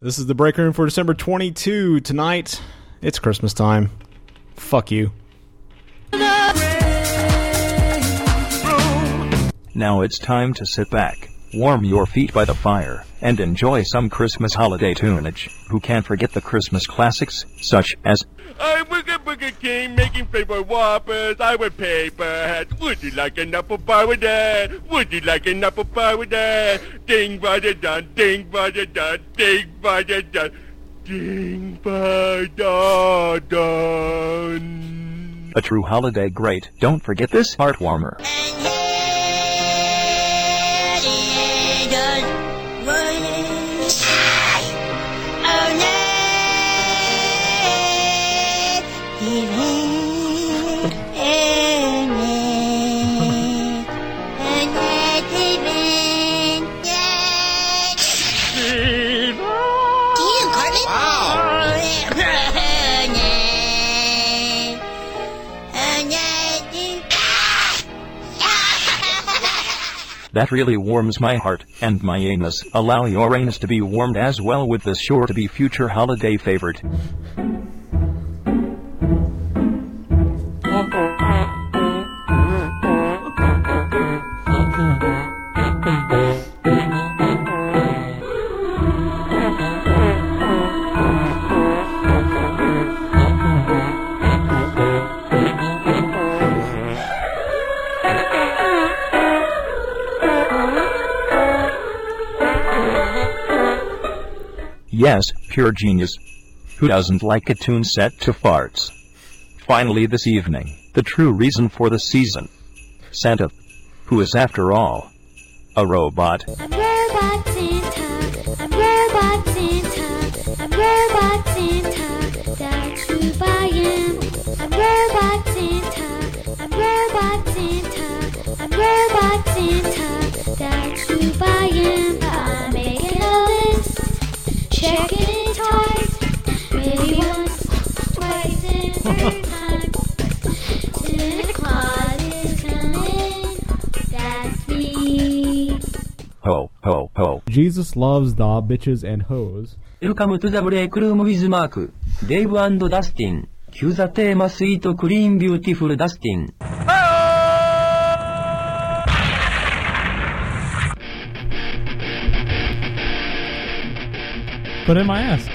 This is the break room for December 22. Tonight, it's Christmas time. Fuck you. Now it's time to sit back, warm your feet by the fire, and enjoy some Christmas holiday tunage. Who can't forget the Christmas classics, such as I was a Burger King making paper whoppers. I would paper hats. Would you like an apple pie with that? Would you like an apple pie with that? Ding ba da dun, ding ba da dun, ding ba da dun, ding ba da dun. a true holiday great. Don't forget this heart warmer. That really warms my heart and my anus. Allow your anus to be warmed as well with this sure to be future holiday favorite. Yes, pure genius. Who doesn't like a tune set to farts? Finally, this evening, the true reason for the season Santa, who is after all a robot. I'm robot Santa. I'm robot Santa. I'm robot Santa. That's who I am. I'm robot Santa. I'm robot Santa. I'm robot Santa. That's who I am. I'm making a list. Checking it twice. Maybe once, twice, and three times. Santa Claus is coming. That's me. Ho, ho, ho. Jesus loves the bitches and hoes. Welcome to the break room with Mark, Dave and Dustin. Cue the theme sweet, clean, beautiful Dustin. Put in my ass.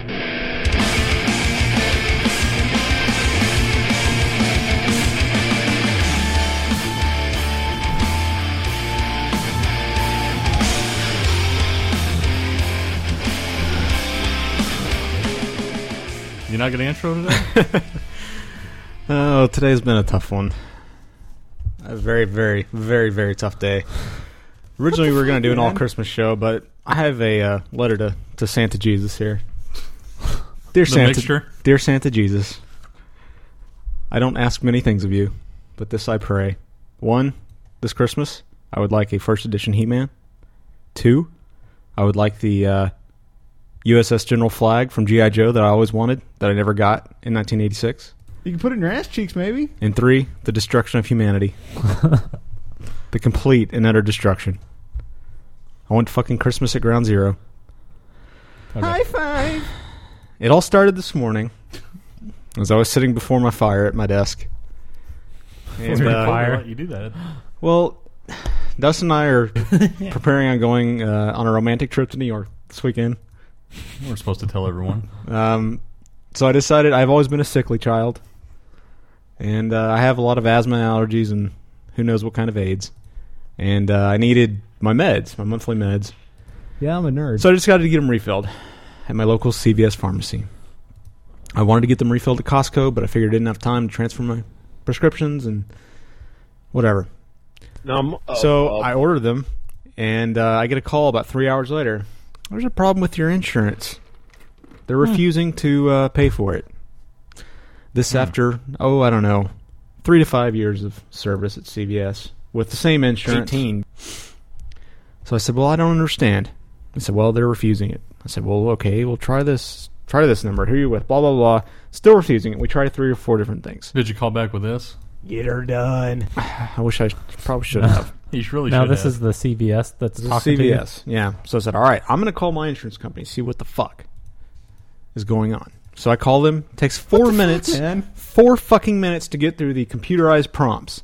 You're not going to intro today? Oh, today's been a tough one. A very, very, very, very tough day. Originally, we were going to do an all Christmas show, but I have a uh, letter to, to Santa Jesus here. Dear The Santa, mixture? dear Santa Jesus, I don't ask many things of you, but this I pray: one, this Christmas, I would like a first edition He-Man. Two, I would like the uh, USS General Flag from GI Joe that I always wanted that I never got in 1986. You can put it in your ass cheeks, maybe. And three, the destruction of humanity. the complete and utter destruction. I want fucking Christmas at ground zero. High five! It all started this morning as I was sitting before my fire at my desk. And, uh, Let you do that. Well, Dustin and I are preparing on going uh, on a romantic trip to New York this weekend. We're supposed to tell everyone. Um, so I decided I've always been a sickly child, and uh, I have a lot of asthma and allergies, and who knows what kind of AIDS. And uh, I needed my meds, my monthly meds. Yeah, I'm a nerd. So I just got to get them refilled at my local CVS pharmacy. I wanted to get them refilled at Costco, but I figured I didn't have time to transfer my prescriptions and whatever. so I ordered them, and uh, I get a call about three hours later. There's a problem with your insurance. They're refusing to uh, pay for it. This after oh I don't know, three to five years of service at CVS with the same insurance. 18. So I said, well I don't understand. I said, well they're refusing it. I said, well okay, we'll try this. Try this number. Who are you with? Blah blah blah. Still refusing it. We tried three or four different things. Did you call back with this? Get her done. I wish I sh- probably should have. You should really Now should this have. is the CVS that's This is talking to you. CVS. Yeah. So I said, all right, I'm going to call my insurance company, see what the fuck. is going on. So I call them. Takes four minutes, man? four fucking minutes to get through the computerized prompts,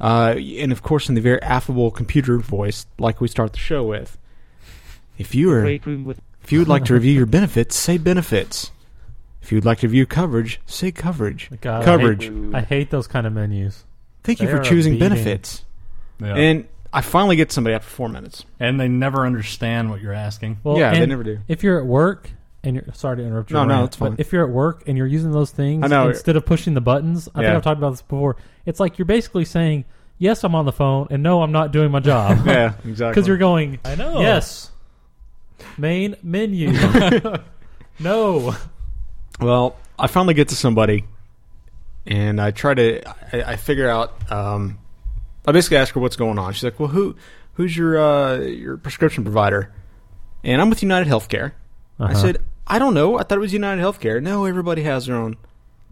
uh, and of course in the very affable computer voice, like we start the show with. If you are, if you would like to review your benefits, say benefits. If you would like to review coverage, say coverage. God, I coverage. hate, I hate those kind of menus. Thank you They for are a choosing beating. benefits. Yeah. And, And I finally get somebody after four minutes. they never understand what you're asking. Well, Yeah, they and never do. If you're at work and you're sorry to interrupt you. No, no, rant, it's fine. But if you're at work and you're using those things I know. instead of pushing the buttons, I Yeah. think I've talked about this before. It's like you're basically saying, "Yes, I'm on the phone," and "No, I'm not doing my job." Yeah, exactly. because you're going. I know. Yes. Main menu. no. Well, I finally get to somebody, and I try to. I, I figure out. Um, I basically ask her what's going on. She's like, "Well, who, who's your uh, your prescription provider?" And I'm with United Healthcare. I Uh-huh. said, "I don't know. I thought it was United Healthcare. No, everybody has their own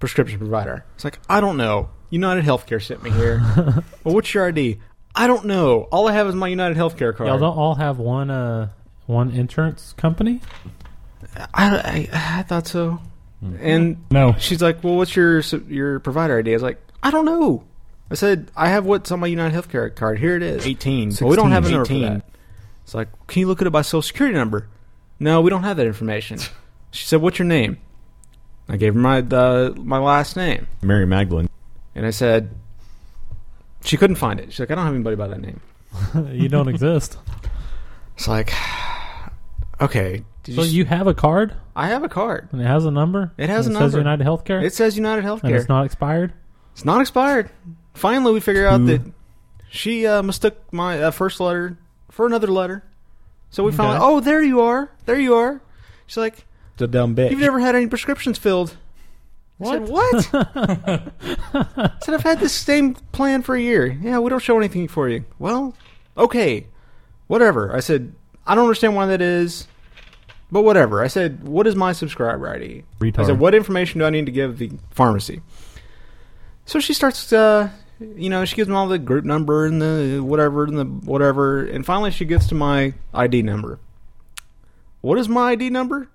prescription provider." It's like, "I don't know. United Healthcare sent me here." well, what's your ID? I don't know. All I have is my United Healthcare card. Y'all don't all have one. Uh, one insurance company. I, I, I thought so. Hmm. Mm-hmm. And No. she's like, "Well, what's your your provider ID?" I was like, "I don't know." I said, "I have what's on my United Healthcare card. Here it is, 18. Well, we don't have an 16. number for that. It's like, "Can you look at it by Social Security number?" No, we don't have that information. she said, "What's your name?" I gave her my uh, my last name, Mary Magdalene. and I said, "She couldn't find it." She's like, "I don't have anybody by that name." you don't exist. It's like, "Okay, did So you have a card I have a card. and it has a number. It has and a it Says number. United Healthcare. It says United Healthcare." and it's not expired. It's not expired. Finally, we figure out that she uh, mistook my uh, first letter for another letter. So we finally, oh, there you are. There you are. She's like, The dumb bitch. you've never had any prescriptions filled. What? I said, what? I said, I've had this same plan for a year. Yeah, we don't show anything for you. Well, okay. Whatever. I said, I don't understand why that is, but whatever. I said, what is my subscriber ID? I said, Retard. what information do I need to give the pharmacy? So she starts, uh, you know, she gives me all the group number and the whatever and the whatever, and finally she gets to my ID number. What is my ID number?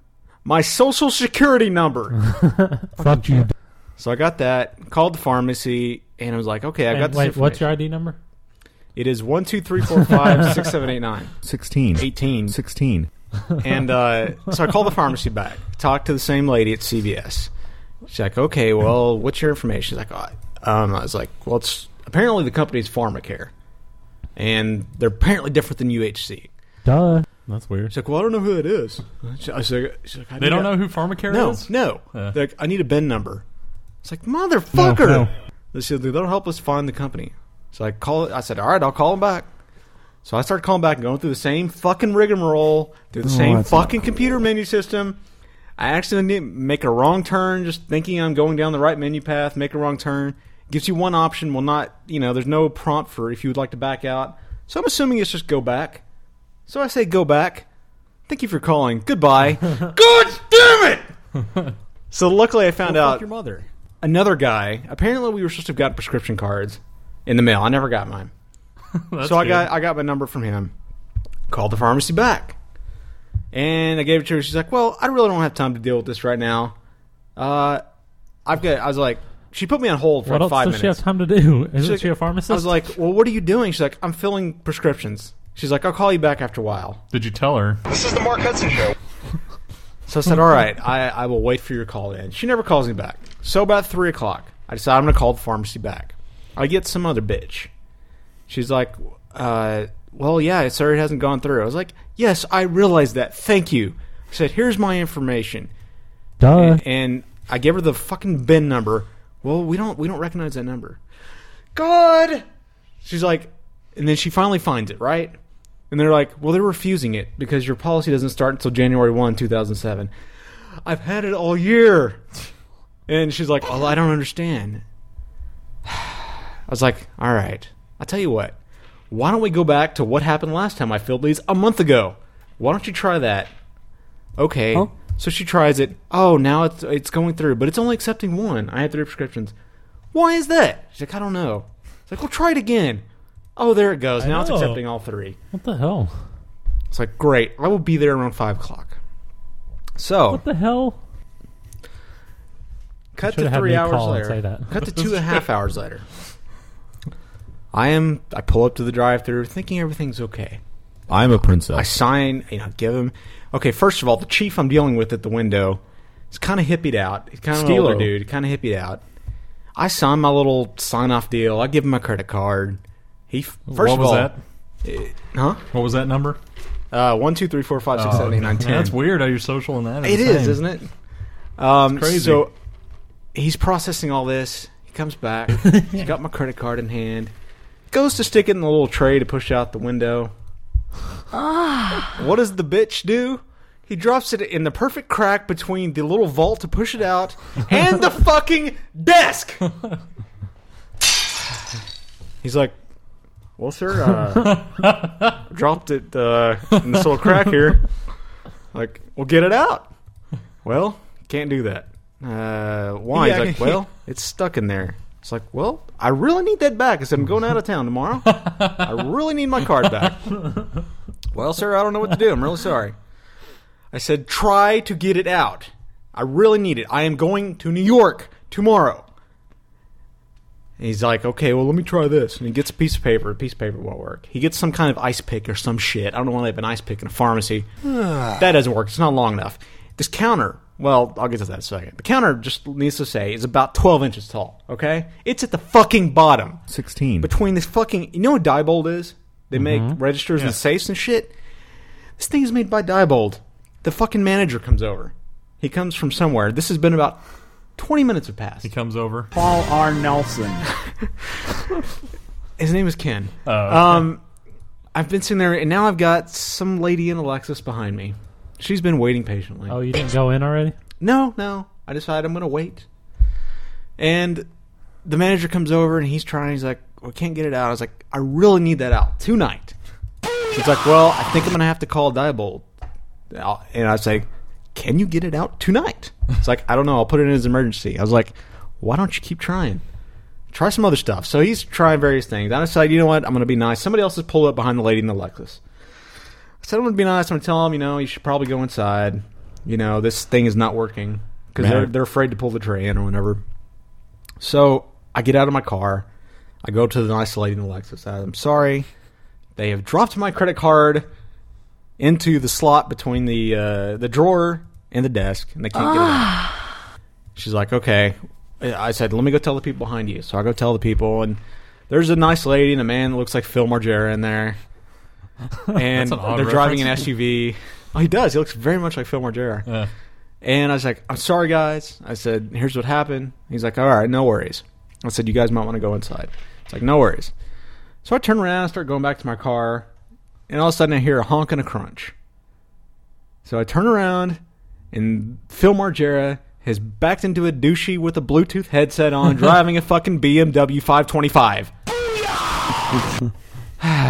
My social security number. Fuck you. so I got that, called the pharmacy, and I was like, okay, I got And this. wait, what's your information. ID number? It is 123456789. 16. 18. 16. And uh, so I call the pharmacy back, talk to the same lady at CVS. She's like, okay, well, what's your information? She's like, oh, um, I was like, well, it's apparently the company's Pharmacare, and they're apparently different than UHC. Duh. That's weird. She's like, well, I don't know who that is. She- I was like, she's like, I They need don't a- know who Pharmacare No, is? no. Yeah. They're like, I need a bin number. It's like, motherfucker. No, no. They said, they'll help us find the company. So I call it. I said, all right, I'll call them back. So I started calling back and going through the same fucking rigmarole, through the same Oh, that's not fucking computer menu system. I accidentally make a wrong turn, just thinking I'm going down the right menu path, make a wrong turn. Gives you one option, will not, you know, there's no prompt for if you would like to back out. So I'm assuming it's just go back. So I say go back. Thank you for calling. Goodbye. God damn it! so luckily I found out mother. another guy. Apparently, we were supposed to have gotten prescription cards in the mail. I never got mine, so I got I got my number from him. Called the pharmacy back, and I gave it to her. She's like, "Well, I really don't have time to deal with this right now. Uh, I've got." I was like, she put me on hold for What like else five does minutes. she have time to do? Isn't She's she a like- pharmacist? I was like, "Well, what are you doing?" She's like, "I'm filling prescriptions." She's like, "I'll call you back after a while." Did you tell her? So I said, "All right, I, I will wait for your call in." She never calls me back. So about three o'clock, I decide I'm going to call the pharmacy back. I get some other bitch. She's like, uh, "Well, yeah, it sorry it hasn't gone through." I was like, "Yes, I realize that. Thank you." I said, "Here's my information," Duh. and, and I gave her the fucking bin number. Well, we don't we don't recognize that number. God, she's like, and then she finally finds it right. And they're like, well, they're refusing it because your policy doesn't start until January 1, 2007. I've had it all year. And she's like, oh, I don't understand. I was like, all right. I'll tell you what. Why don't we go back to what happened last time I filled these a month ago? Why don't you try that? Okay. So she tries it. Oh, now it's it's going through, but it's only accepting one. I had three prescriptions. Why is that? She's like, I don't know. It's like, well, try it again. Oh, there it goes. now it's know. accepting all three. what the hell? It's like, great, I will be there around five o'clock. So What the hell? Cut Should've to had three me hours call and later. say that. Cut to two and a half hours later. I am. I pull up to the drive-through, thinking everything's okay. I'm a I princess. sign. You know, give him. Okay, first of all, the chief I'm dealing with at the window is kind of hippied out. He's kind of an Stilo. older dude. Kind of hippied out. I sign my little sign-off deal. I give him my credit card. He f- first what of was all, that? huh? What was that number? Uh, one, two, three, four, five, six, seven, eight, nine, Oh, Man, ten. that's weird how you're social and that. It is, isn't it? Um, crazy. So he's processing all this. He comes back. he's got my credit card in hand. Goes to stick it in the little tray to push out the window. Oh, what does the bitch do? He drops it in the perfect crack between the little vault to push it out and the fucking desk. He's like, "Well, sir, uh, dropped it uh, in this little crack here." Like, well, get it out. Well, can't do that. Uh, why? Yeah, He's like, yeah. well, it's stuck in there. It's like, well, I really need that back. I said, I'm going out of town tomorrow. I really need my card back. well, sir, I don't know what to do. I'm really sorry. I said, try to get it out. I really need it. I am going to New York tomorrow. And he's like, okay, well, let me try this. And he gets a piece of paper. A piece of paper won't work. He gets some kind of ice pick or some shit. I don't know why they have an ice pick in a pharmacy. Ah. that doesn't work. It's not long enough. This counter, well, I'll get to that in a second. The counter, just needs to say, is about 12 inches tall, okay? It's at the fucking bottom. 16. Between this fucking. You know what Diebold is? They Mm-hmm. make registers and safes and shit. This thing is made by Diebold. The fucking manager comes over. He comes from somewhere. This has been about 20 minutes have passed. He comes over. Paul R. Nelson. His name is Ken. Oh, okay. Um, I've been sitting there, and now I've got some lady in a Lexus behind me. She's been waiting patiently. Oh, you didn't go in already? No, no. I decided I'm going to wait. And the manager comes over, and he's trying. He's like, "We can't get it out." I was like, "I really need that out tonight." She's like, "Well, I think I'm going to have to call Diebold." I'll- And I was like, "Can you get it out tonight?" It's like, "I don't know. I'll put it in as emergency." I was like, "Why don't you keep trying?" try some other stuff. So he's trying various things. I decided, you know what? I'm going to be nice. Somebody else has pulled up behind the lady in the Lexus. I said, I'm going to be nice. I'm going to tell him, you know, you should probably go inside. You know, this thing is not working because they're, Right. they're afraid to pull the tray in or whatever. So I get out of my car. I go to the nice lady in the Lexus. I- I'm sorry. They have dropped my credit card into the slot between the uh, the drawer and the desk, and they can't get it out. She's like, okay. I said, let me go tell the people behind you. So I go tell the people, and there's a nice lady and a man that looks like Phil Margera in there. And That's an odd they're driving reference. an SUV. Oh, he does. He looks very much like Phil Margera. Yeah. And I was like, I'm sorry, guys. I said, here's what happened. He's like, all right, no worries. I said, you guys might want to go inside. It's like, no worries. So I turn around, I start going back to my car, and all of a sudden I hear a honk and a crunch. So I turn around, and Phil Margera has backed into a douchey with a Bluetooth headset on, driving a fucking BMW 525.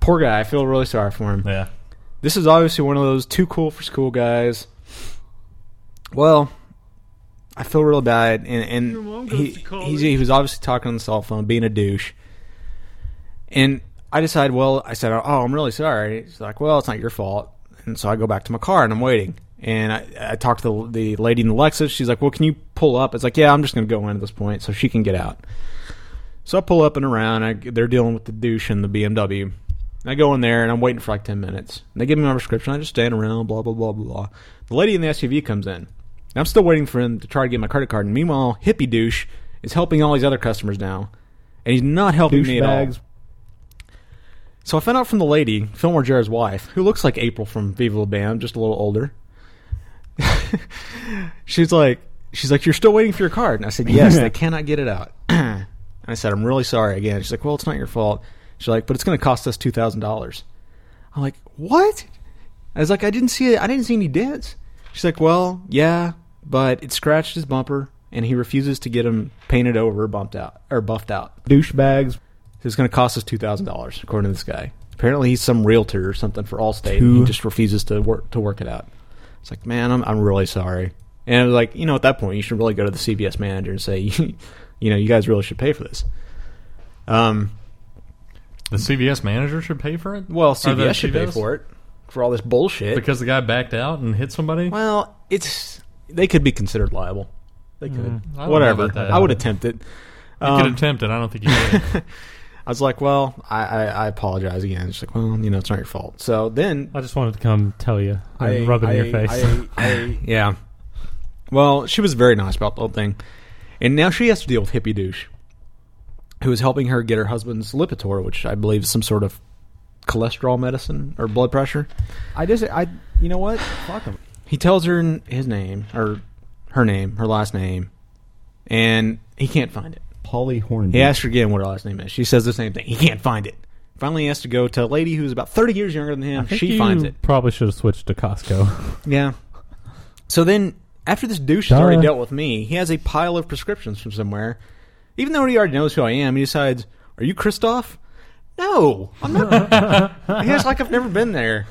Poor guy. I feel really sorry for him Yeah. this is obviously one of those too cool for school guys. Well, I feel real bad, and, and he he's, he was obviously talking on the cell phone, being a douche. And I decide, well, I said, oh, I'm really sorry. He's like, well, it's not your fault. And so I go back to my car and I'm waiting. And I, I talk to the, the lady in the Lexus. She's like, well, can you pull up? It's like, yeah, I'm just going to go in at this point so she can get out. So I pull up and around. I, they're dealing with the douche and the BMW. And I go in there and I'm waiting for like 10 minutes. And they give me my prescription. I just stand around, blah, blah, blah, blah, blah. The lady in the SUV comes in. And I'm still waiting for him to try to get my credit card. And meanwhile, hippie douche is helping all these other customers now. And he's not helping me at all. Douchebags. So I found out from the lady, Phil Margera's wife, who looks like April from Viva La Bam, just a little older. she's like, she's like, you're still waiting for your card, and I said, yes, they cannot get it out. and I said, I'm really sorry again. She's like, well, it's not your fault. She's like, but it's going to cost us two thousand dollars. I'm like, what? I was like, I didn't see it. I didn't see any dents. She's like, well, yeah, but it scratched his bumper, and he refuses to get him painted over, bumped out, or buffed out. Douchebags. So it's going to cost us two thousand dollars, according to this guy. Apparently, he's some realtor or something for Allstate. and He just refuses to work to work it out. It's like, man, I'm I'm really sorry. And I'm like, you know, at that point, you should really go to the CBS manager and say, you know, you guys really should pay for this. Um, The CVS manager should pay for it. well, Or the CBS should pay for it for all this bullshit. because the guy backed out and hit somebody. well, it's they could be considered liable. They could. Mm, know Whatever. about that. I would attempt it. Um, You could attempt it. I don't think you did. I was like, well, I, I, I apologize again. She's like, well, you know, it's not your fault. So then I just wanted to come tell you and I- rub it in I- your face. I- I- yeah. Well, she was very nice about the whole thing. And now she has to deal with Hippie Douche, who is helping her get her husband's Lipitor, which I believe is some sort of cholesterol medicine or blood pressure. I just, I, you know what? Fuck him. He tells her n- his name, or her name, her last name, and he can't find it. Polly Hornby. He asks her again what her last name is. She says the same thing. He can't find it. Finally, he has to go to a lady who's about 30 years younger than him. I think She you finds it. Probably should have switched to Costco. Yeah. So then, after this douche has Duh. already dealt with me, he has a pile of prescriptions from somewhere. Even though he already knows who I am, he decides, "Are you Kristoff?" No, I'm not. he acts like I've never been there.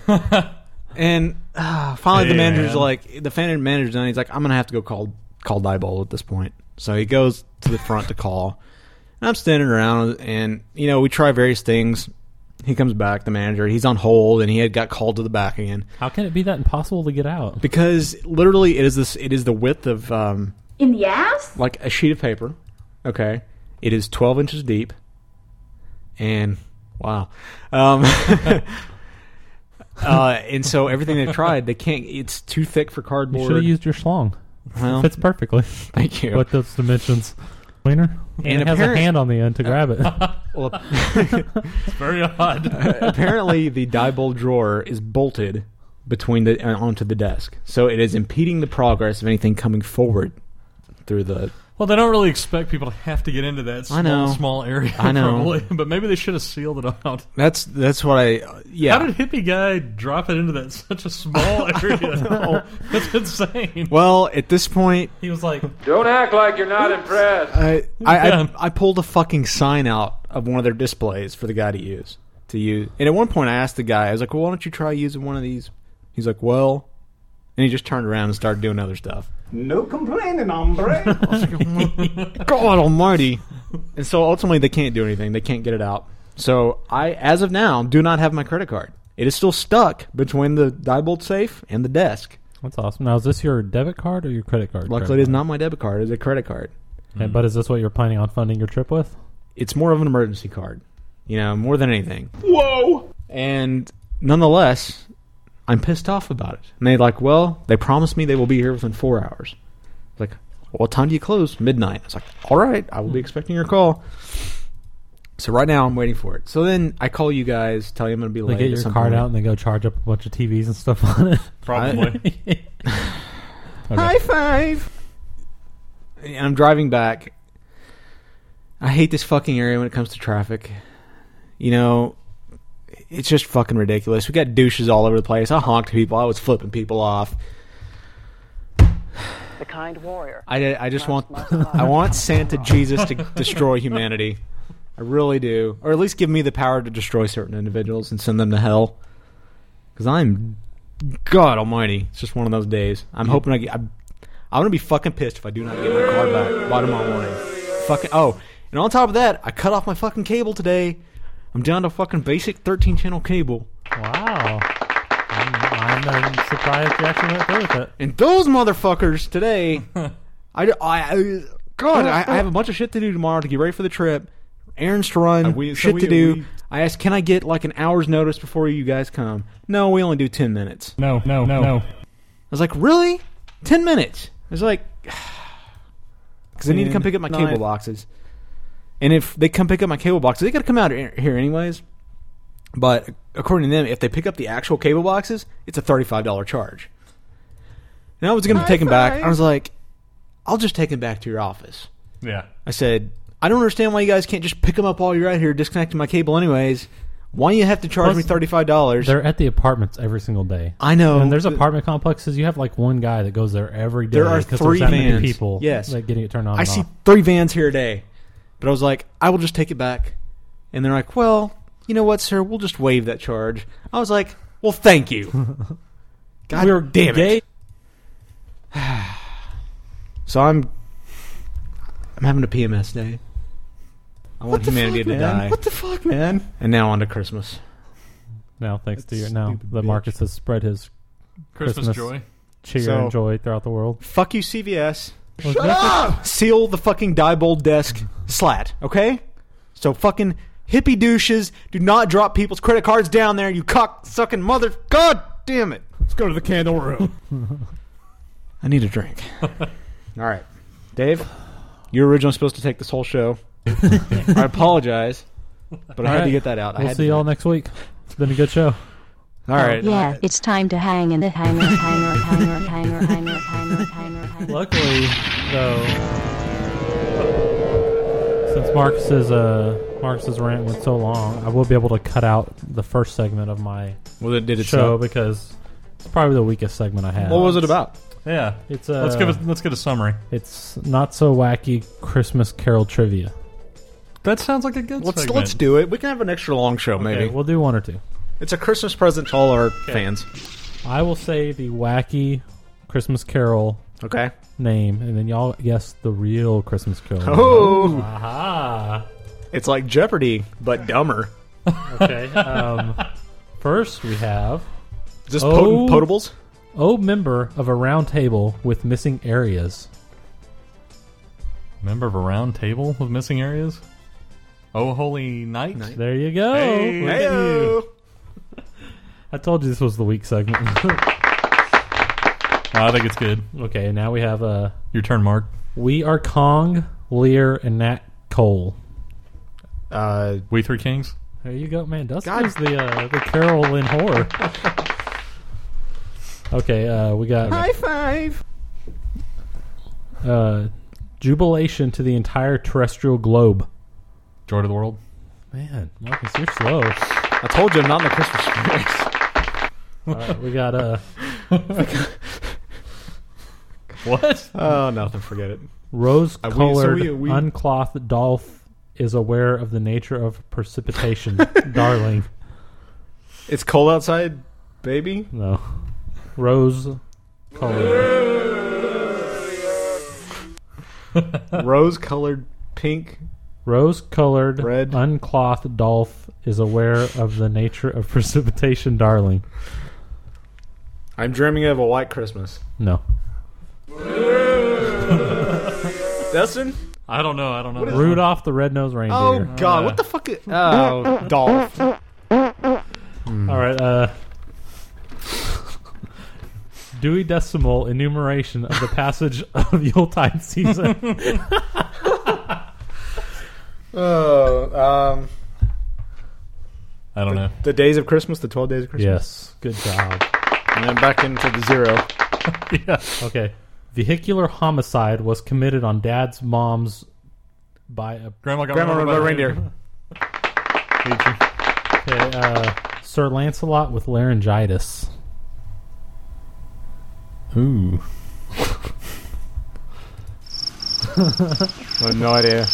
And uh, finally, the Yeah. manager's like, the fan manager's done. He's like, "I'm gonna have to go call call Diebold at this point." So he goes to the front to call. And I'm standing around, and you know, we try various things. He comes back, the manager. He's on hold, and he had got called to the back again How can it be that impossible to get out? because literally it is this it is the width of um In the ass? like a sheet of paper okay it is 12 inches deep and wow um uh and so everything they've tried they can't it's too thick for You should cardboard have used your schlong. well, Fits perfectly thank you with those dimensions. Cleaner. And, it has a apparent- hand on the end to grab it. Well, ap- It's very odd. Uh, apparently the diebold drawer is bolted between the uh, onto the desk so it is impeding the progress of anything coming forward through the Well, they don't really expect people to have to get into that small, know. small area. I know. Probably. But maybe they should have sealed it out. that's that's what i uh, yeah How did hippie guy drop it into that such a small area? That's insane. well at this point he was like, Don't act like you're not impressed. I, I, Yeah. I I pulled a fucking sign out of one of their displays for the guy to use to use. And at one point, I asked the guy, I was like, "Well, why don't you try using one of these?" He's like, "Well," and he just turned around and started doing other stuff. No complaining, hombre. God Almighty! And so ultimately, they can't do anything. They can't get it out. So I, as of now, do not have my credit card. It is still stuck between the Diebold safe and the desk. "That's awesome." Now, is this your debit card or your credit card? Luckily, it is not my debit card; it is a credit card. Okay, But is this what you're planning on funding your trip with? it's more of an emergency card, you know, more than anything. Whoa! And nonetheless, I'm pissed off about it. And they're like, well, they promised me they will be here within four hours. It's like, what time do you close? Midnight. I was like, all right, I will Hmm. be expecting your call. So right now, I'm waiting for it. So then I call you guys, tell you I'm going to be They late. get at your some card point. out and they go charge up a bunch of TVs and stuff on Probably. it. High five. And I'm driving back. I hate this fucking area when it comes to traffic. You know, it's just fucking ridiculous. We got douches all over the place. I honked people. I was flipping people off. The kind warrior. I, I just want I want Santa Jesus to destroy humanity. I really do, or at least give me the power to destroy certain individuals and send them to hell. Because I'm God Almighty. It's just one of those days. I'm hoping I get. I'm, I'm gonna be fucking pissed if I do not get my car back by tomorrow morning. Fucking oh, and on top of that, I cut off my fucking cable today. I'm down to fucking basic 13 channel cable. wow. I'm, I'm surprised you actually went through with it. And those motherfuckers today, I, I, I- God, I, I have a bunch of shit to do tomorrow to get ready for the trip. Errands to Uh, run, we- so shit we- to do. we- I asked, can I get like an hour's notice before you guys come? No, we only do ten minutes. I No, no, no, no. was like, really? Ten minutes? I was like, because I need to come pick up my Nine. cable boxes. And if they come pick up my cable boxes, they got to come out here here anyways. But according to them, if they pick up the actual cable boxes, it's a thirty-five dollar charge. And I was going to take them back. I was like, I'll just take them back to your office. Yeah. I said, I don't understand why you guys can't just pick them up while you're out here disconnecting my cable, anyways. Why you have to charge Plus, me thirty-five dollars? They're at the apartments every single day. I know. And there's Th- apartment complexes. You have like one guy that goes there every day. There are 'cause three there's that vans. many people. Yes. that getting it turned on. I and see off. three vans here a day. But I was like, I will just take it back. And they're like, well, you know what, sir? We'll just waive that charge. I was like, well, thank you. God We're damn gay. it. so I'm I'm having a PMS day. I want humanity to die. What the fuck, man? and now on to Christmas. now, thanks to That your now stupid that bitch. Marcus has spread his Christmas, Christmas. joy. cheer So- and joy throughout the world. Fuck you, CVS. Was Shut this- up! seal the fucking diebold desk slat, okay? So fucking hippie douches, do not drop people's credit cards down there, you cock sucking mother. God damn it. Let's go to the candle room. Hmm. I need a drink. All right. Dave, you were originally supposed to take this whole show. I apologize, but I had to Alright. get that out. I We'll had see to, y'all next week. It's been a good show. all Oh, right. Yeah, it's time to hang in the hanger, hanger, hanger, hanger, hanger, hanger, hanger, hanger. Luckily, though, since Marcus's uh, Marcus's rant went so long, I will be able to cut out the first segment of my Well, it did its show job. because it's probably the weakest segment I had. What was it about? Yeah. It's uh, Let's give a, let's get a summary. It's not so wacky Christmas Carol trivia. That sounds like a good Let's segment. let's do it. We can have an extra long show, maybe. Okay, we'll do one or two. it's a Christmas present to all our fans. I will say the wacky Christmas Carol Okay. name, and then y'all guess the real Christmas Carol. name. Oh, Aha. it's like Jeopardy, but dumber. Okay. Um, first, we have Is this Oh. potent potables? oh member of a round table with missing areas. Member of a round table with missing areas. Oh holy night. There you go. Hey. Look at you. Heyo. I told you this was the weak segment. Oh, I think it's good. okay, now we have uh, Your turn, Mark. we are Kong, Lear, and Nat Cole. Uh, We three kings. There you go, man. Dustin God. is the uh, the Carol in horror. okay, uh, we got five. uh, jubilation to the entire terrestrial globe. Joy to the world. Man, Marcus, you're slow. I told you I'm not in the Christmas spirit. All right, we got uh, What? oh, nothing. Forget it. Uh, rose-colored we- so we- we- unclothed dolph is aware of the nature of precipitation, darling. It's cold outside, baby. No, rose-colored. Rose-colored pink. Rose colored, Red. unclothed dolph is aware of the nature of precipitation, darling. I'm dreaming of a white Christmas. No. Dustin. I don't know. I don't know. Rudolph the red-nosed reindeer. Oh God, what the fuck? Is, oh, Dolph. All right. Uh, Dewey Decimal enumeration of the passage of Yuletide season. Oh, um, I don't know. the days of Christmas, the twelve days of Christmas. yes. Good job. And then back into the zero. yeah. Okay. Vehicular homicide was committed on dad's mom's uh, by a Grandma got Grandma run rode by over reindeer. okay, uh, Sir Lancelot with laryngitis. Ooh. I have no idea.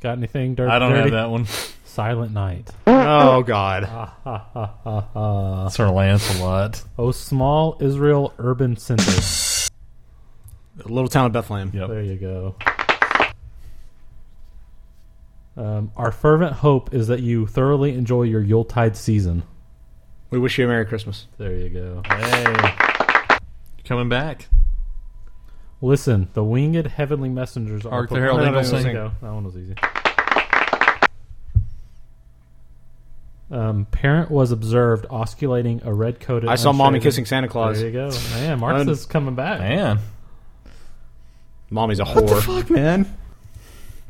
Got anything dirty? I don't dirty? have that one. Silent Night. Oh God. Sir Lancelot. Oh, small Israel urban center. Little town of Bethlehem. Yep. There you go. Um, our fervent hope is that you thoroughly enjoy your Yuletide season. We wish you a Merry Christmas. There you go. Hey. Coming back. Listen, the winged heavenly messengers are. Hark the herald no, angels no, no, sing. There you go. That one was easy. Um, parent was observed osculating a red coated. I saw mommy kissing Santa Claus. There you go. Man, Marcus Un- is coming back. Man. Mommy's a whore. man.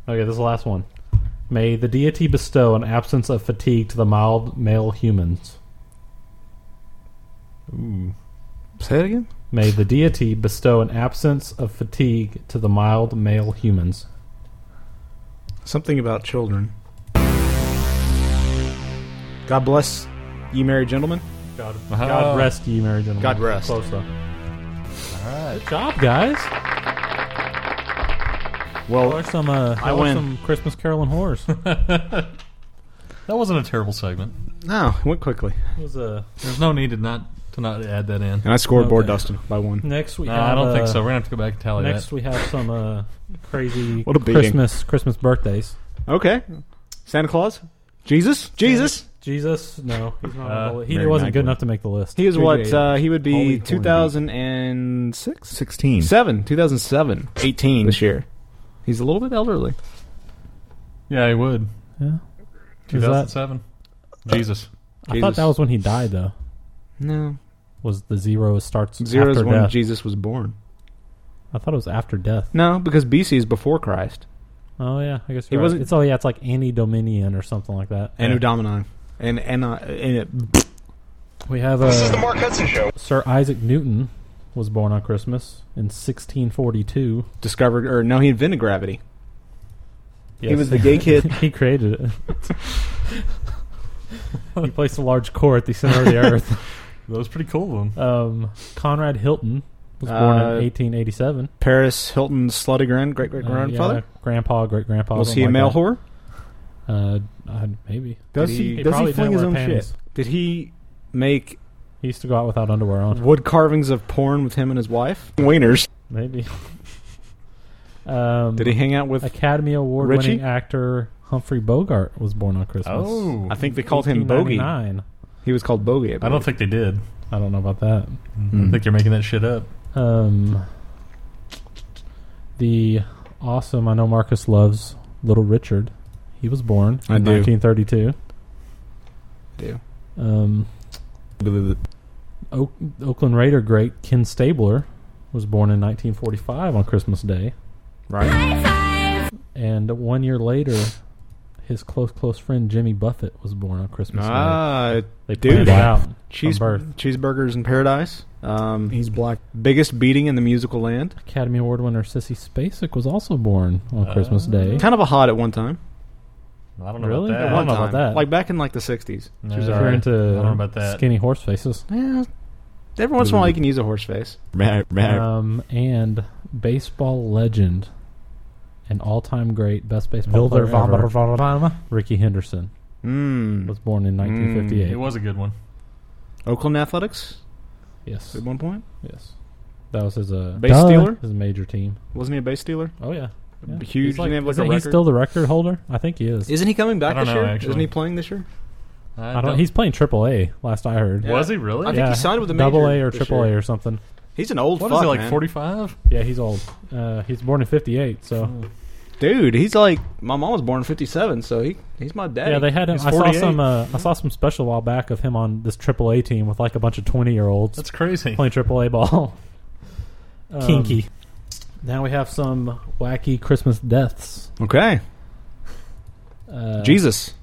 Okay, this is the last one. May the deity bestow an absence of fatigue to the mild male humans. Say it again. May the deity bestow an absence of fatigue to the mild male humans. Something about children. God bless ye merry gentlemen. God, Ah. God rest ye, merry gentlemen. Ah. God rest. Close though. All right. Good job, guys. Well, are some uh, I win. some Christmas Carol and horrors. it That wasn't a terrible segment. No, it went quickly. was uh, There's no need to not to not add that in. And I scored board Okay. Dustin by one. next we No, have, I don't think uh, so. We're gonna have to go back and tally Next that. we have some uh, crazy What a beating. Christmas Christmas birthdays. Okay. Santa Claus? Jesus? Jesus? Jesus? No, he's not. on Uh, the li- he Mary wasn't good Magdalene. enough to make the list. He was what? Holy Uh, he would be Holy 2006? 16. 7. 2007. 18 this year. He's a little bit elderly. Yeah, he would. Yeah. Is that- 2007. Jesus. I thought that was when he died, though. No. Was the zero starts Zero after is when death. Jesus was born. I thought it was after death. No, because BC is before Christ. Oh yeah, I guess He you're right. wasn't- It's oh yeah, it's like Annie Dominion or something like that. Anu Domini. And, and, uh, and it, We have a This is the Mark Hudson Show. Sir Isaac Newton was born on Christmas in 1642. Discovered or no, he invented gravity. He was the gay kid. he created it. he placed a large core at the center of the earth. That was pretty cool of him. Um, Conrad Hilton was born Uh, in 1887. Paris Hilton's slutty grand great great Uh, grandfather. yeah, grandpa, great grandpa. Was he a male whore? Uh, uh, maybe. Does Did he- he- does he probably fling didn't his wear own panties. shit? Did he make He used to go out without underwear on. wood carvings of porn with him and his wife? Wieners. Maybe. Um, Did he hang out with Academy Award winning Richie? actor Humphrey Bogart was born on Christmas. Oh. I think they called him Bogey. 1899. He was called Bogey. I don't think they did. I don't know about that. Mm-hmm. I think you're making that shit up. Um, the awesome, I know Marcus loves Little Richard. He was born I in do. 1932. Do. Um, Oak, Oakland Raider great Ken Stabler was born in 1945 on Christmas Day. Right. And one year later, his close, close friend Jimmy Buffett was born on Christmas Ah, Day. They dude. planned it out from Cheese, birth. cheeseburgers in paradise. Um, He's black. Biggest beating in the musical land. Academy Award winner Sissy Spacek was also born on Christmas Day. Kind of a hot at one time. I don't know about Really? that. At I don't one know about time. that. Like back in like the '60s. She She was if all you're right. into I don't know about that. skinny horse faces. Yeah. Every once in a while, you can use a horse face. Um, and baseball legend, an all-time great, best baseball Wilder player ever, Valderrama. Ricky Henderson. Mm. Was born in 1958. Mm, It was a good one. Oakland Athletics. Yes. At one point. Yes. That was his uh, Base duh, stealer? His major team. Wasn't he a base stealer? Oh yeah. Yeah. Huge. He's like- didn't he have like a isn't he record. still the record holder? I think he is. Isn't he coming back I don't this know, year? actually. Isn't he playing this year? I don't. He's playing Triple A. Last I heard. Was he really? I think Yeah, he signed with the Double A major or this Triple A year. or something. He's an old What is fuck. he like? man. Forty five? Yeah, he's old. Uh, he's born in '58, so Oh. Dude, he's like my mom was born in '57, so he he's my dad. yeah, they had him. I saw some. Uh, I saw some special a while back of him on this Triple A team with like a bunch of twenty-year-olds. That's crazy. playing Triple A ball. Um, Kinky. Now we have some wacky Christmas deaths. okay, Uh, Jesus.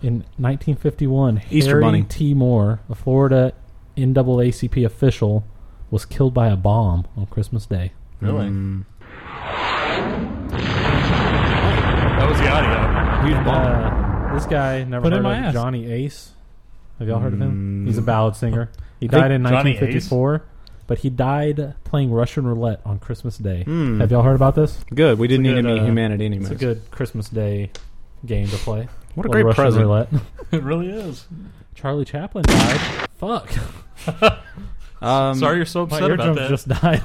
In 1951, Easter Harry Bunny. T. Moore, a Florida NAACP official, was killed by a bomb on Christmas Day. Really? That was the audio. Huge bomb. Uh, this guy never Put it heard in my of ass. Johnny Ace. Have y'all heard of him? Mm. He's a ballad singer. He I think died in Johnny 1954, but he died playing Russian roulette on Christmas Day. Hmm. Have y'all heard about this? Good. We didn't a need good, any uh, humanity It's anyway. a good Christmas Day game to play. What a Little great Russian present. roulette. It really is. Charlie Chaplin died. Fuck. Um, Sorry you're so My upset about eardrum that. just died.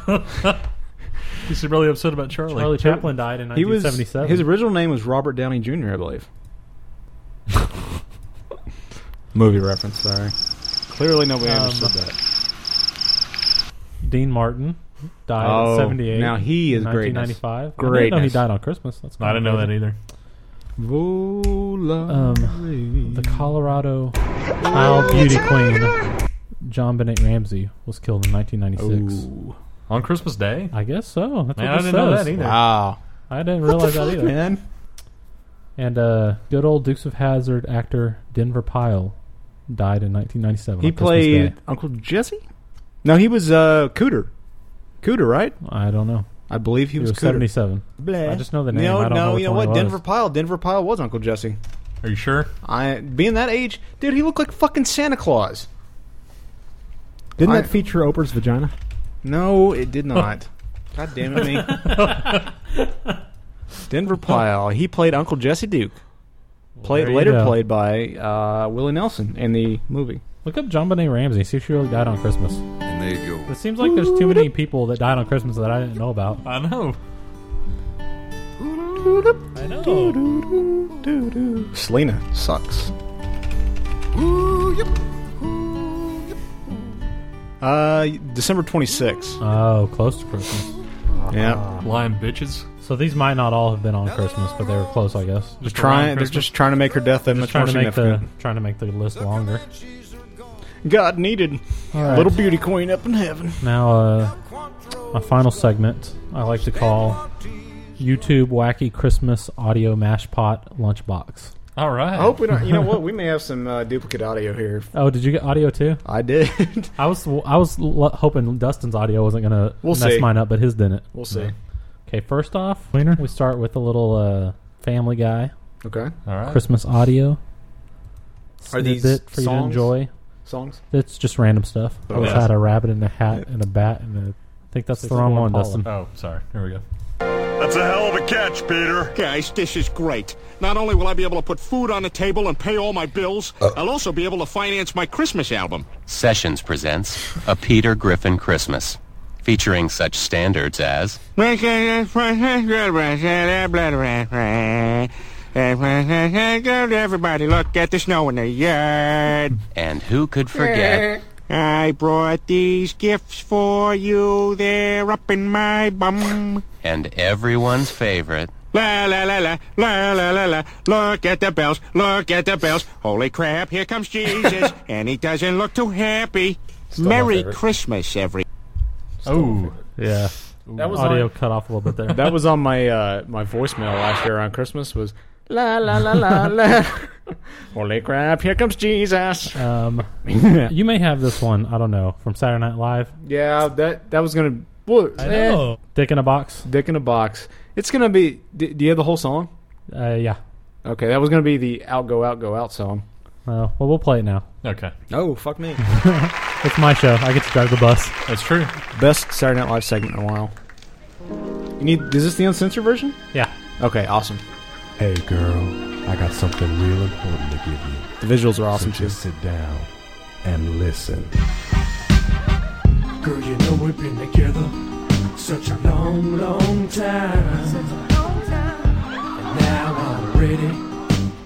He's really upset about Charlie. Charlie Chaplin died in he was 1977. his original name was Robert Downey Jr. I believe. Movie reference. Sorry. Clearly, nobody Um, understood that. Dean Martin died Oh, at 78. now he is in greatness. 1995. I didn't know he Greatness. died on Christmas. That's I didn't know that crazy. either. Um, the Colorado Tile Beauty Queen, John Bennett Ramsey, was killed in 1996. Ooh. On Christmas Day? I guess so. Oh, That's Man, what I this didn't know says. that either. Wow. I didn't realize that either. Man. And uh, good old Dukes of Hazard actor Denver Pyle died in 1997. He on Christmas played Day. Uncle Jesse. No, he was uh, Cooter. Cooter, right? I don't know. I believe He he was, was, Cooter. 77. I just know the name. No, I don't no, know which you know one what? it Denver was. Pyle. Denver Pyle was Uncle Jesse. Are you sure? I being that age, dude, he looked like fucking Santa Claus. Didn't I- that feature Oprah's vagina? No, it did not. God damn it, me. Denver Pyle. He played Uncle Jesse Duke. Played there you later go. played by uh, Willie Nelson in the movie. Look up John Benet Ramsey. See if she really died on Christmas. And there you go. It seems like there's too many people that died on Christmas that I didn't know about. I know. I know. Selena sucks. Uh, December 26th. Oh, close to Christmas. Uh, Yeah. Uh-huh. Lying bitches. So these might not all have been on Christmas, but they were close, I guess. They're trying. They're just trying to make her death that Just much trying more to make the significant. trying to make the list longer. God needed All right. little beauty queen up in heaven. Now, uh, my final segment I like to call YouTube Wacky Christmas Audio Mash Pot Lunchbox. All right. I hope we don't. You know what? We may have some uh, duplicate audio here. Oh, did you get audio too? I did. I was I was l- hoping Dustin's audio wasn't gonna We'll mess see. mine up, but his didn't. We'll see. Okay, first off, we start with a little uh, Family Guy Okay. All right. Christmas audio. Are these snippet for you to songs? enjoy? Songs? It's just random stuff. Oh, it's yeah. had a rabbit and a hat and a bat and a. I think that's the wrong one, Dustin. Oh, sorry. Here we go. That's a hell of a catch, Peter. Guys, this is great. Not only will I be able to put food on the table and pay all my bills, I'll also be able to finance my Christmas album. Sessions presents A Peter Griffin Christmas, featuring such standards as Everybody, look at the snow in the yard. And Who Could Forget? I brought these gifts for you. They're up in my bum. and everyone's favorite, La la la la la la la la. Look at the bells. Look at the bells. Holy crap! Here comes Jesus, and he doesn't look too happy. Merry Christmas, every. Oh, yeah. That was audio on- cut off a little bit there. that was on my uh, my voicemail last year around Christmas. Was la la la la la. Holy crap! Here comes Jesus. Um, you may have this one. I don't know from Saturday Night Live. Yeah, that that was gonna. Well, I eh, know. Dick in a box. Dick in a box. It's gonna be. Do, do you have the whole song? Uh, yeah. Okay, that was gonna be the out go out go out song. Uh, well, we'll play it now. Okay. Oh fuck me. It's my show. I get to drive the bus. That's true. Best Saturday Night Live segment in a while. You need? Is this the uncensored version? Yeah. Okay. Awesome. Hey, girl, I got something real important to give you. The visuals are awesome so too. Just sit down and listen. Girl, you know we've been together such a long, long time. And now I'm ready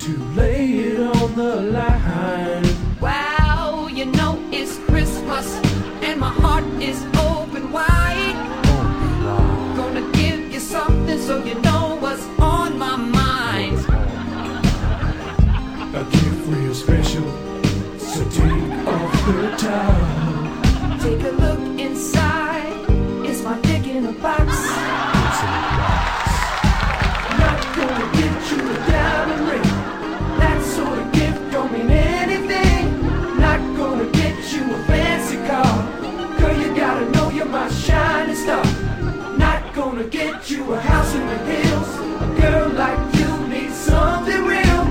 to lay it on the line. Wow, you know it's Christmas and my heart is open wide. Gonna give you something so you know what's on my mind. A gift real special, so take off the towel. Take a look inside. It's my dick in a box. Not gonna get you a diamond ring. That sort of gift don't mean anything. Not gonna get you a fancy car. Girl, you gotta know you're my shining star. Not gonna get you a house in the hills. A girl like you needs something real.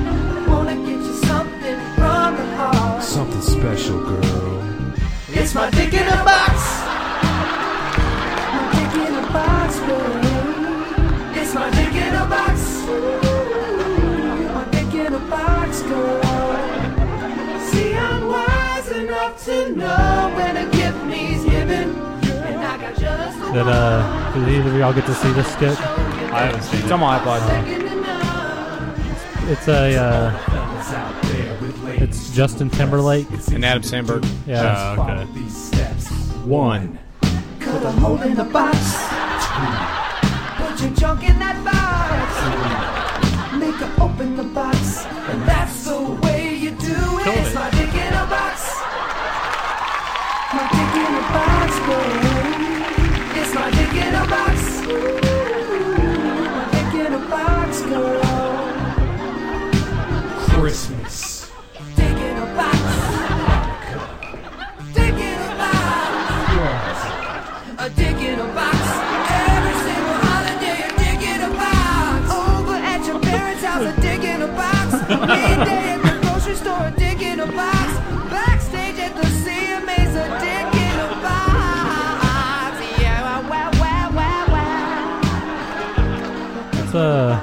Wanna get you something from the heart. Something special, girl. It's my dick in a box. My dick in a box, girl. It's my dick in a box. My dick in a box, girl. See, I'm wise enough to know when a gift needs giving, and I got just the Did uh, did either of y'all get to see this skit? I haven't seen It's on my iPod. second enough. It's a. Uh, it's Justin Timberlake. And Adam Sandberg. Oh, Yeah. Follow these steps. Uh, One. Cut a hole in the box. Put your junk in that box. Make her open the box. And that's the way you do it. Killed It's it. my dick in a box. My dick in a box, girl. It's my dick in a box. My dick in a box, girl. Christmas. Dick in a box. Dick in a box. A dick in a box. Every single holiday, a dick in a box. Over at your parents' house, a dick in a box. Midday at the grocery store, a dick in a box. Backstage at the CMA's, a dick in a box. Yeah, wow, wow, wow, wow, wow. It's a.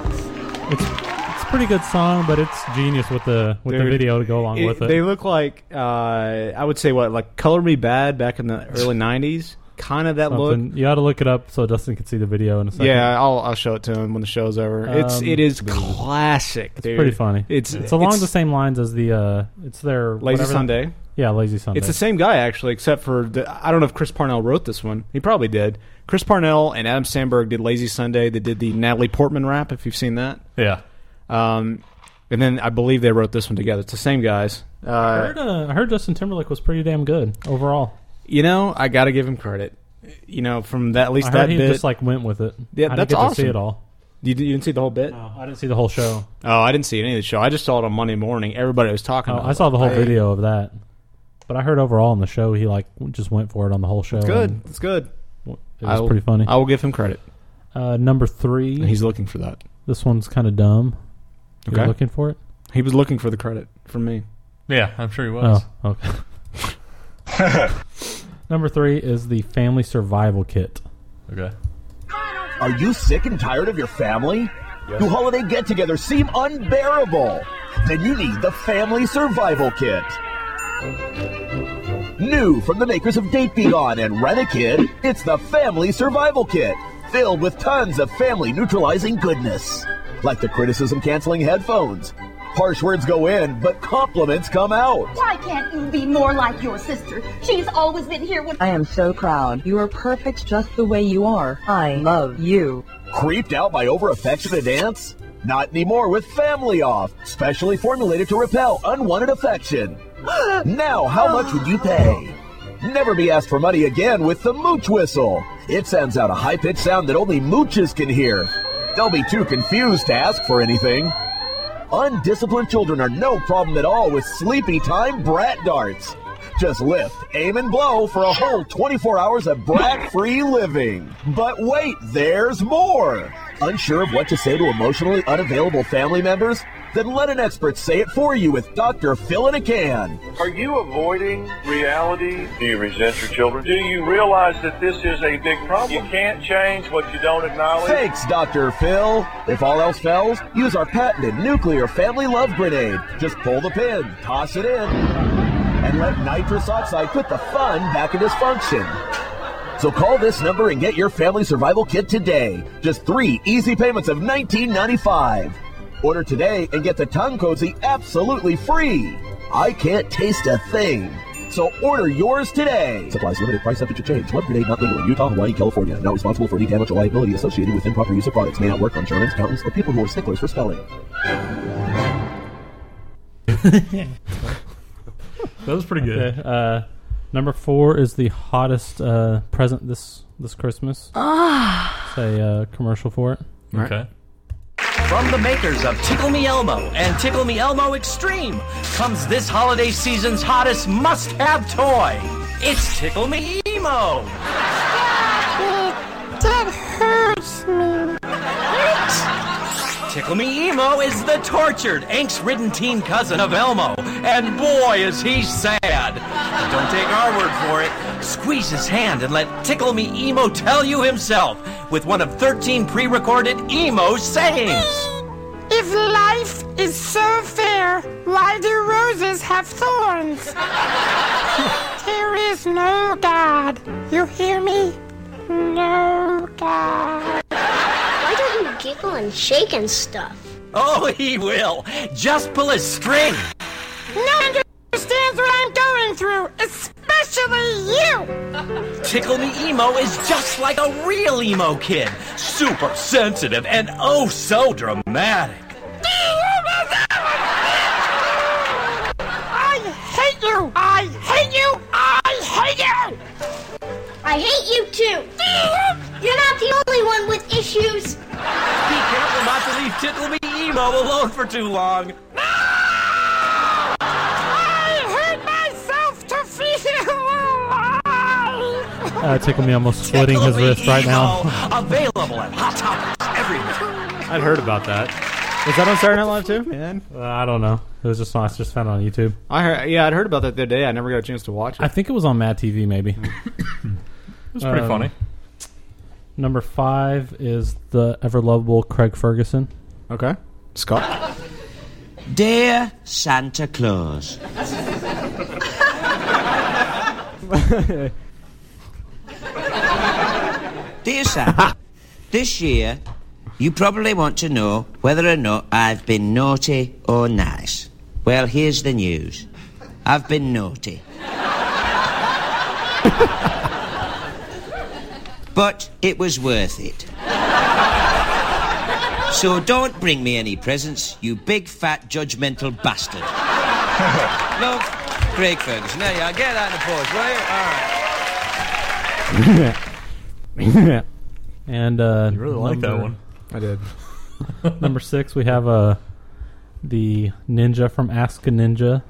It's it's a pretty good song, but it's genius with the with the Dude, video to go along It- with it. They look like uh, I would say what like Color Me Bad back in the early '90s. kind of that look. Something- You ought to look it up so Dustin can see the video in a second. Yeah, I'll I'll show it to him when the show's over. it's Um, it is classic. It's dude. pretty funny. It's along it's- the same lines as the uh, it's their Lazy whatever- Sunday. Yeah, lazy Sunday. It's the same guy actually, except for the, I don't know if Chris Parnell wrote this one. He probably did. Chris Parnell and Adam Sandberg did Lazy Sunday. They did the Natalie Portman rap. If you've seen that, Yeah. Um, and then I believe they wrote this one together. It's the same guys. I Uh, heard, uh, I heard Justin Timberlake was pretty damn good overall. you know, I got to give him credit. You know, from that at least I heard that he bit, just like went with it. I Yeah, didn't that's get awesome. to see it all. You, you didn't see the whole bit? No, I didn't see the whole show. Oh, I didn't see any of the show. I just saw it on Monday morning. Everybody was talking. Oh, about I saw the it. whole I- video of that, but I heard overall on the show he like just went for it on the whole show. It's good. and It's good. Um, It was pretty funny. I will give him credit. Uh, number three. He's looking for that. This one's kind of dumb. You're Okay. looking for it? He was looking for the credit from me. Yeah, I'm sure he was. Oh, okay. Number three is the family survival kit. Okay. Are you sick and tired of your family? Do holiday get togethers seem unbearable? Then you need the Family Survival Kit. New from the makers of Date Beyond and Rent a Kid, it's the Family Survival Kit, filled with tons of family neutralizing goodness, like the criticism canceling headphones. Harsh words go in, but compliments come out. Why can't you be more like your sister? She's always been here with. I am so proud. You are perfect just the way you are. I love you. Creeped out by over affectionate aunts? Not anymore with Family Off, specially formulated to repel unwanted affection. Now, how much would you pay? Never be asked for money again with the mooch whistle. It sends out a high pitched sound that only mooches can hear. They'll be too confused to ask for anything. Undisciplined children are no problem at all with sleepy time brat darts. Just lift, aim, and blow for a whole 24 hours of brat free living. But wait, there's more! Unsure of what to say to emotionally unavailable family members? Then let an expert say it for you with Dr. Phil in a Can. Are you avoiding reality? Do you resent your children? Do you realize that this is a big problem? You can't change what you don't acknowledge. Thanks, Dr. Phil. If all else fails, use our patented nuclear family love grenade. Just pull the pin, toss it in, and let nitrous oxide put the fun back in dysfunction. So call this number and get your family survival kit today. Just three easy payments of $19.95. Order today and get the tongue cozy absolutely free. I can't taste a thing. So order yours today. Supplies limited, price subject to change. One grenade not legal in Utah, Hawaii, California. Not responsible for any damage or liability associated with improper use of products. May not work on Germans, accountants, or people who are sticklers for spelling. That was pretty good. Okay, uh, number four is the hottest uh, present this this Christmas. Ah. It's a uh, commercial for it. Okay. From the makers of Tickle Me Elmo and Tickle Me Elmo Extreme comes this holiday season's hottest must have toy. It's Tickle Me Emo. That hurts me. Tickle Me Emo is the tortured, angst ridden teen cousin of Elmo, and boy is he sad. Don't take our word for it. Squeeze his hand and let Tickle Me Emo tell you himself with one of 13 pre recorded emo sayings. If life is so fair, why do roses have thorns? there is no God. You hear me? No God. Why don't you giggle and shake and stuff? Oh, he will. Just pull his string. No one understands what I'm going through, especially you. Tickle Me Emo is just like a real emo kid. Super sensitive and oh so dramatic. I hate you. I hate you. I hate you. I hate you too! You're not the only one with issues! Be careful not to leave Tickle Me Emo alone for too long. I hurt myself to feel alive. Uh, Tickle Me almost splitting his wrist right now. Available at Hot Topics everywhere. I'd heard about that. Was that on Saturday Night Live too? Man, Uh, I don't know. It was just I just found it on YouTube. I heard, yeah, I'd heard about that the other day. I never got a chance to watch it. Uh, I think it was on Mad TV maybe. Mm. it was pretty funny. Um, Number five is the ever lovable Craig Ferguson. Okay, Scott. Dear Santa Claus. Dear Santa, this year you probably want to know whether or not I've been naughty or nice. Well, here's the news. I've been naughty. but it was worth it. So don't bring me any presents, you big fat judgmental bastard. Love, Craig Ferguson. There you are. Get that in the post, will you? Uh, All right. and uh, You really like that one. I did. number six, we have uh, the ninja from Greatness.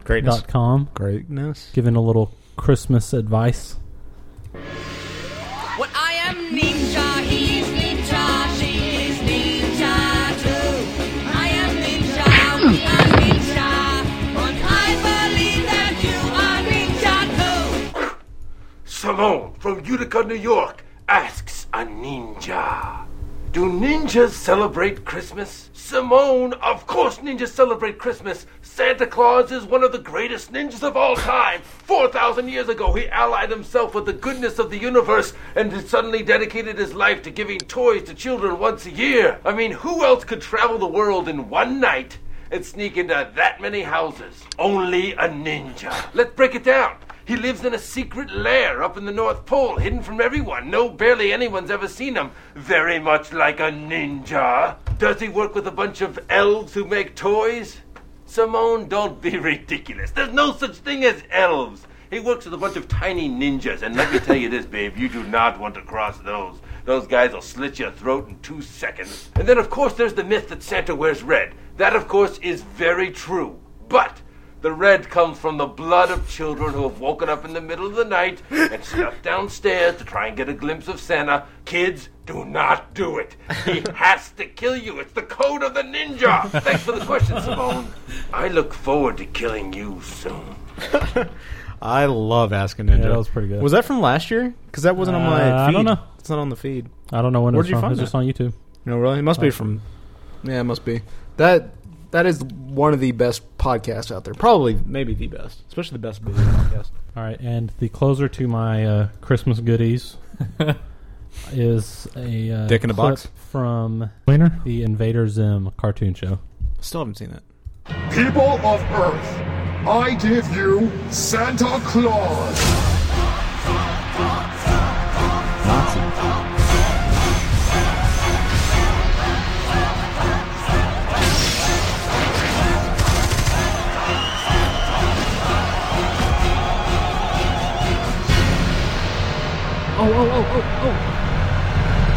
AskAninja.com. Greatness. Giving a little Christmas advice. What I am ninja, he's ninja, she is ninja too. I am ninja, we are ninja, and I believe that you are ninja too. Salone from Utica, New York asks a ninja. Do ninjas celebrate Christmas? Simone, of course ninjas celebrate Christmas. Santa Claus is one of the greatest ninjas of all time. 4,000 years ago, he allied himself with the goodness of the universe and then suddenly dedicated his life to giving toys to children once a year. I mean, who else could travel the world in one night and sneak into that many houses. Only a ninja. Let's break it down. He lives in a secret lair up in the North Pole, hidden from everyone. No, barely anyone's ever seen him. Very much like a ninja. Does he work with a bunch of elves who make toys? Simone, don't be ridiculous. There's no such thing as elves. He works with a bunch of tiny ninjas, and let me tell you this, babe, you do not want to cross those. Those guys will slit your throat in two seconds. And then, of course, there's the myth that Santa wears red. That, of course, is very true. But the red comes from the blood of children who have woken up in the middle of the night and snuck downstairs to try and get a glimpse of Santa. Kids, do not do it. He has to kill you. It's the code of the ninja. Thanks for the question, Simone. I look forward to killing you soon. I love asking Ninja. Yeah, that was pretty good. Was that from last year? Because that wasn't on my. Uh, I Feed. don't know. It's not on the feed. I don't know when it Where'd was you from. find it was just that? on YouTube. No, really, it must Oh. be from. Yeah, it must be. That that is one of the best podcasts out there. Probably, maybe the best, especially the best video podcast. All right, and the closer to my uh, Christmas goodies is a uh, Dick in a clip box? from Wiener? the Invader Zim cartoon show. Still haven't seen it. People of Earth, I give you Santa Claus. Oh, oh, oh, oh,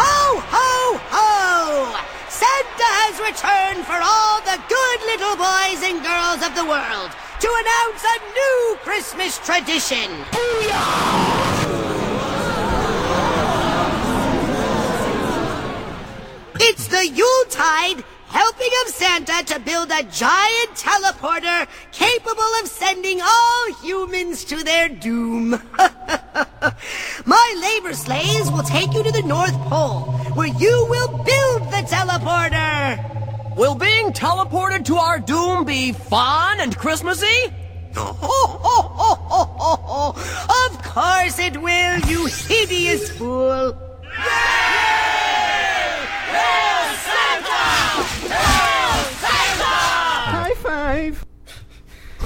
Ho, ho, ho! Santa has returned for all the good little boys and girls of the world to announce a new Christmas tradition. It's the Yuletide helping of Santa to build a giant teleporter capable of sending all humans to their doom. My labor sleighs will take you to the North Pole, where you will build the teleporter! Will being teleported to our doom be fun and Christmassy? of course it will, you hideous fool! High five.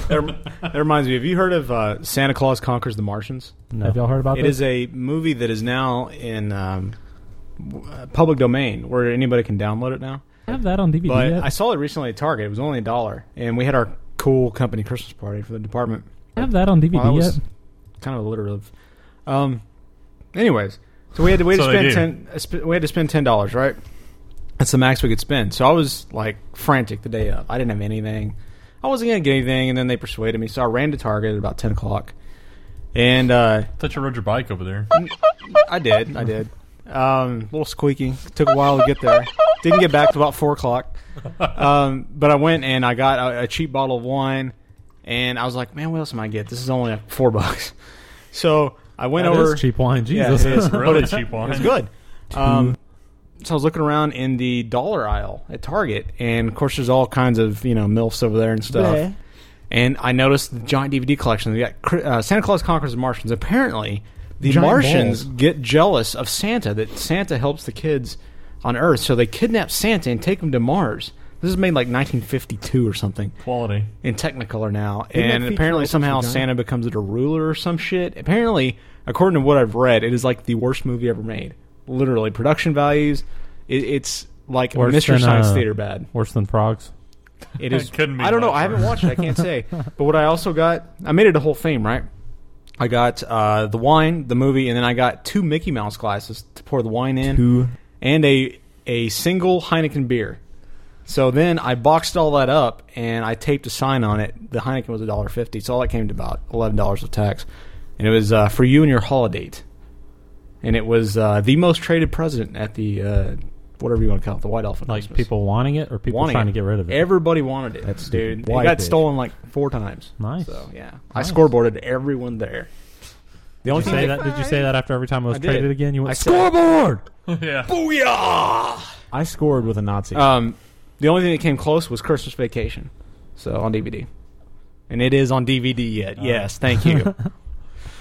that, rem- that reminds me. Have you heard of uh, Santa Claus Conquers the Martians? No. Have y'all heard about It this? is a movie that is now in um, w- uh, public domain, where anybody can download it now. I have that on DVD But yet. I saw it recently at Target. It was only a dollar, and we had our cool company Christmas party for the department. I have that on DVD Well, that was yet. Kind of alliterative. Um. Anyways, so we had to we had So to they spend do. ten uh, sp- we had to spend ten dollars, right? That's the max we could spend. So I was like frantic the day of. I didn't have anything. I wasn't gonna get anything, and then they persuaded me. So I ran to Target at about ten o'clock, And uh, thought you rode your bike over there. I did. I did. Um, a little squeaky. Took a while to get there. Didn't get back to about four o'clock. Um, but I went and I got a, a cheap bottle of wine, and I was like, "Man, what else am I gonna get? This is only like four bucks." So I went That over is cheap wine, Yeah, Jesus. it is, but Really it's- cheap wine. It's good. Um, so I was looking around in the dollar aisle at Target, and of course, there's all kinds of you know milfs over there and stuff. Bleh. And I noticed the giant DVD collection. They got Cri- uh, Santa Claus Conquers the Martians. Apparently, the Giant Martians balls. get jealous of Santa that Santa helps the kids on Earth, so they kidnap Santa and take him to Mars. This is made like 1952 or something. Quality in Technicolor now, Didn't that and feature apparently Elvis somehow Vagina? Santa becomes it a ruler or some shit. Apparently, according to what I've read, it is like the worst movie ever made. Literally, production values. It, it's like Worse Mystery than, Science uh, Theater bad. Worse than frogs. It is. It couldn't be I don't know. much I haven't worse. watched it. I can't say. But what I also got, I made it a whole thing, right? I got uh, the wine, the movie, and then I got two Mickey Mouse glasses to pour the wine in, Two. and a a single Heineken beer. So then I boxed all that up and I taped a sign on it. The Heineken was a dollar fifty, so all that came to about eleven dollars with tax, and it was uh, for you and your holiday. And it was uh, the most traded present at the uh, whatever you want to call it, the White Elephant. Like people wanting it or people Wanting trying it. to get rid of it. Everybody wanted it. That's dude. stupid. It Why got did? stolen like four times. Nice. So yeah, I Nice. scoreboarded everyone there. The Did you only thing say they- that? Did you say that after every time I was I did. traded again? You went I said- scoreboard. yeah. Booyah! I scored with a Nazi. Um, the only thing that came close was Christmas Vacation, so on DVD, and it is on DVD yet. yes, thank you.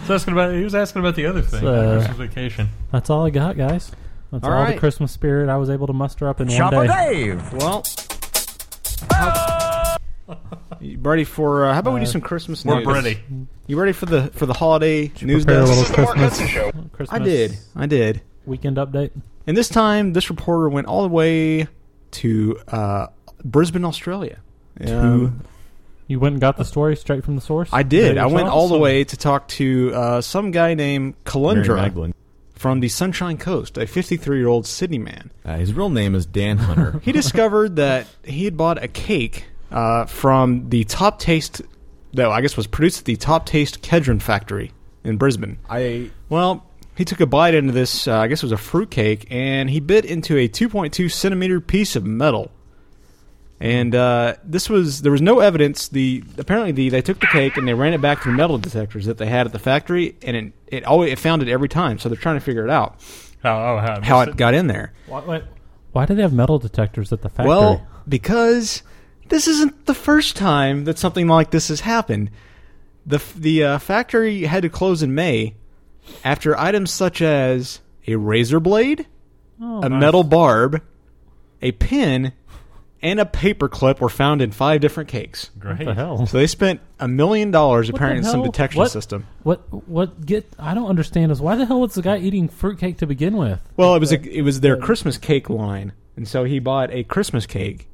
So asking about he was asking about the other thing. So- Christmas vacation. uh, That's all I got, guys. That's all, All the right. Christmas spirit I was able to muster up in one day. Well. You ready for uh, how about we do Uh, some Christmas we're news? ready. You ready for the for the holiday news prepare a desk? little This is the Mark Christmas- Hudson Show. Christmas I did. I did. Weekend update. And this time, this reporter went all the way to uh, Brisbane, Australia. Um, you went and got the story straight from the source. I did. That I is went all the awesome. way to talk to uh, some guy named Kalundra Magdalene. from the Sunshine Coast, a 53 year old Sydney man. Uh, his real name is Dan Hunter. He discovered that he had bought a cake uh, from the Top Taste, though I guess was produced at the Top Taste Kedron factory in Brisbane. I well, he took a bite into this. Uh, I guess it was a fruit cake, and he bit into a 2.2 centimeter piece of metal. And uh, this was there was no evidence. The apparently the they took the cake and they ran it back through metal detectors that they had at the factory, and it it always it found it every time. So they're trying to figure it out How oh, how, how it got in there. Why, wait, Why do they have metal detectors at the factory? Well, because this isn't the first time that something like this has happened. The f- the uh, factory had to close in May after items such as a razor blade, Oh, a nice. metal barb, a pin, and a paper clip were found in five different cakes. What the hell? So they spent a million dollars What the apparently in some hell? detection What- system. What? What? Get? I don't understand is why the hell was the guy eating fruitcake to begin with? Well, it was a, it was their Christmas cake line, and so he bought a Christmas cake,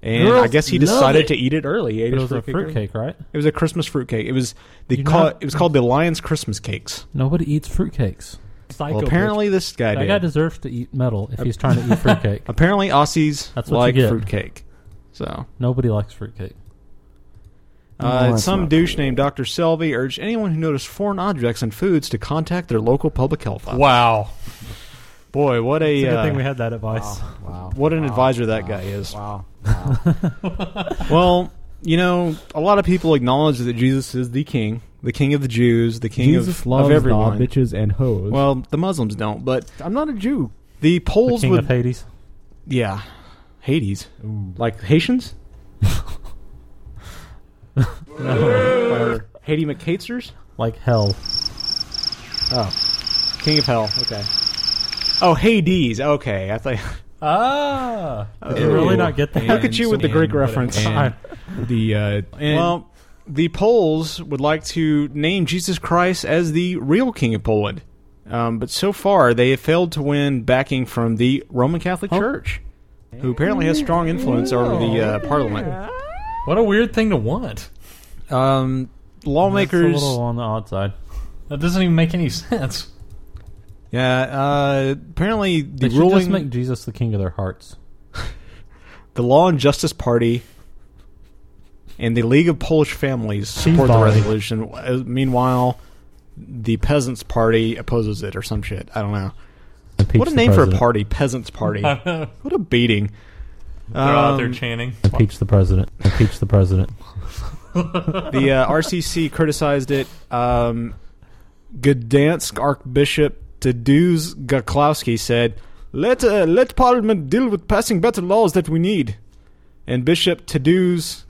and I Girls guess he love decided it. to eat it early. He ate But it was his a early. fruitcake, right? It was a Christmas fruitcake. It was the You're ca- not- it was called the Lions Christmas Cakes. Nobody eats fruitcakes. Psycho Well, apparently bitch. this guy that did. Uh, guy deserves to eat metal if he's trying to eat fruitcake. Apparently Aussies That's what like you get. fruitcake. So Nobody likes fruitcake. Uh, some douche named Dr. Selvey urged anyone who noticed foreign objects in foods to contact their local public health office. Wow. Boy, what a, It's a good uh, thing we had that advice. Wow. What an advisor that guy is. Wow. well, you know, a lot of people acknowledge that Jesus is the king, the king of the Jews, the king Jesus of, loves of everyone. knob bitches and hoes. Well, the Muslims don't, but I'm not a Jew. The Poles king would of Hades. Yeah, Hades, like Haitians. or Haiti McCatesters. Like hell. Oh, King of Hell. Okay. Oh, Hades. Okay, I thought. Ah. Did you really not get that? Look at you with the Greek And- reference. and the uh, well, the Poles would like to name Jesus Christ as the real King of Poland, um, but so far they have failed to win backing from the Roman Catholic Church, who apparently has strong influence over the uh, Parliament. What a weird thing to want. Um, lawmakers. That's a little on the odd side. That doesn't even make any sense. Yeah, uh, apparently the they should ruling just make Jesus the king of their hearts. the Law and Justice Party and the League of Polish Families support the Bali. resolution. Uh, Meanwhile, the peasants' party opposes it or some shit. I don't know. Impeach What a the name for a president. party, peasants' party. what a beating. They're out there Um, chanting. Impeach the president. Impeach the president. the uh, RCC criticized it. Um, Gdansk Archbishop Tadeusz Gaklowski said, "Let uh, let Parliament deal with passing better laws that we need." And Bishop Tadeusz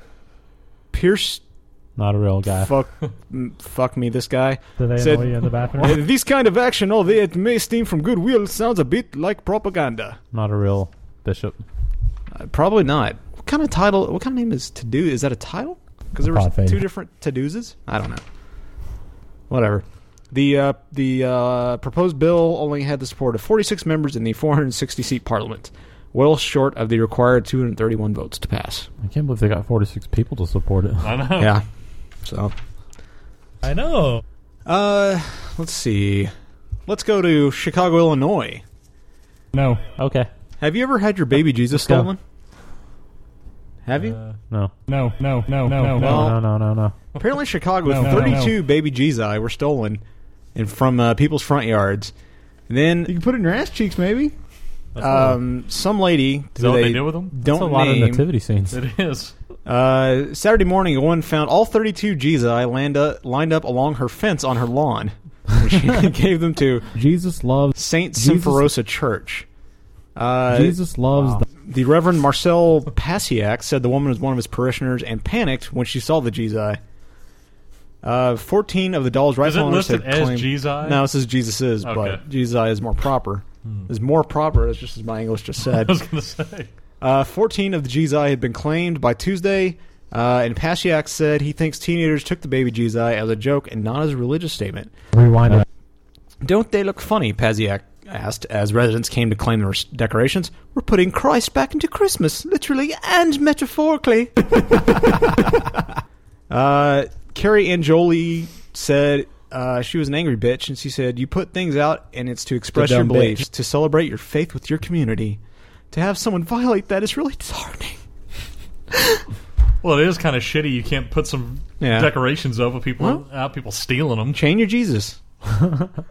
Pierce Not a real guy. fuck m- fuck me this guy Did they said, annoy you in the bathroom? "Uh, This kind of action, although it may stem from goodwill, sounds a bit like propaganda. Not a real bishop. Uh, probably not. What kind of title? What kind of name is Tadeu? Is that a title? Because there were Probably. two different Tadeuzes. I don't know. Whatever. The uh, the uh, proposed bill only had the support of 46 members in the 460 seat parliament, well short of the required 231 votes to pass. I can't believe they got 46 people to support it. I know. Yeah. So I know. Uh, let's see. Let's go to Chicago, Illinois. No. Okay. Have you ever had your baby Jesus go. stolen? Have you? No. No, no, no, no, Well- no, no, no, no. Apparently, Chicago, No, no, 32 baby Jesus were stolen and from uh, people's front yards. And then you can put it in your ass cheeks, maybe. Um, some lady. Is that who what they do with 'em? Don't That's a lot of name, nativity scenes. It is. Uh, Saturday morning, a woman found all 32 Jesus lined up, lined up along her fence on her lawn. And she gave them to Jesus loves Saint Jesus- Symphorosa Church. Uh, Jesus loves the- the Reverend Marcel Pasiak said the woman was one of his parishioners and panicked when she saw the Jesus. Uh, Fourteen of the doll's it rifle list owners it had as claimed. Jesus? No, this is Jesus is, Okay. Hmm. but Jesus is more proper. Is more proper. It's just as my English just said. I was gonna say. Uh, 14 of the Jizai had been claimed by Tuesday, uh, and Pashiak said he thinks teenagers took the baby Jizai as a joke and not as a religious statement. Rewind it. Don't they look funny? Pasiak asked as residents came to claim their s- decorations. We're putting Christ back into Christmas, literally and metaphorically. uh, Carrie Ann Jolie said uh, she was an angry bitch, and she said, You put things out, and it's to express your dumb beliefs, bitch. to celebrate your faith with your community. To have someone violate that is really disheartening. Well, it is kind of shitty. You can't put some Yeah. decorations up with people out people stealing them. Chain your Jesus.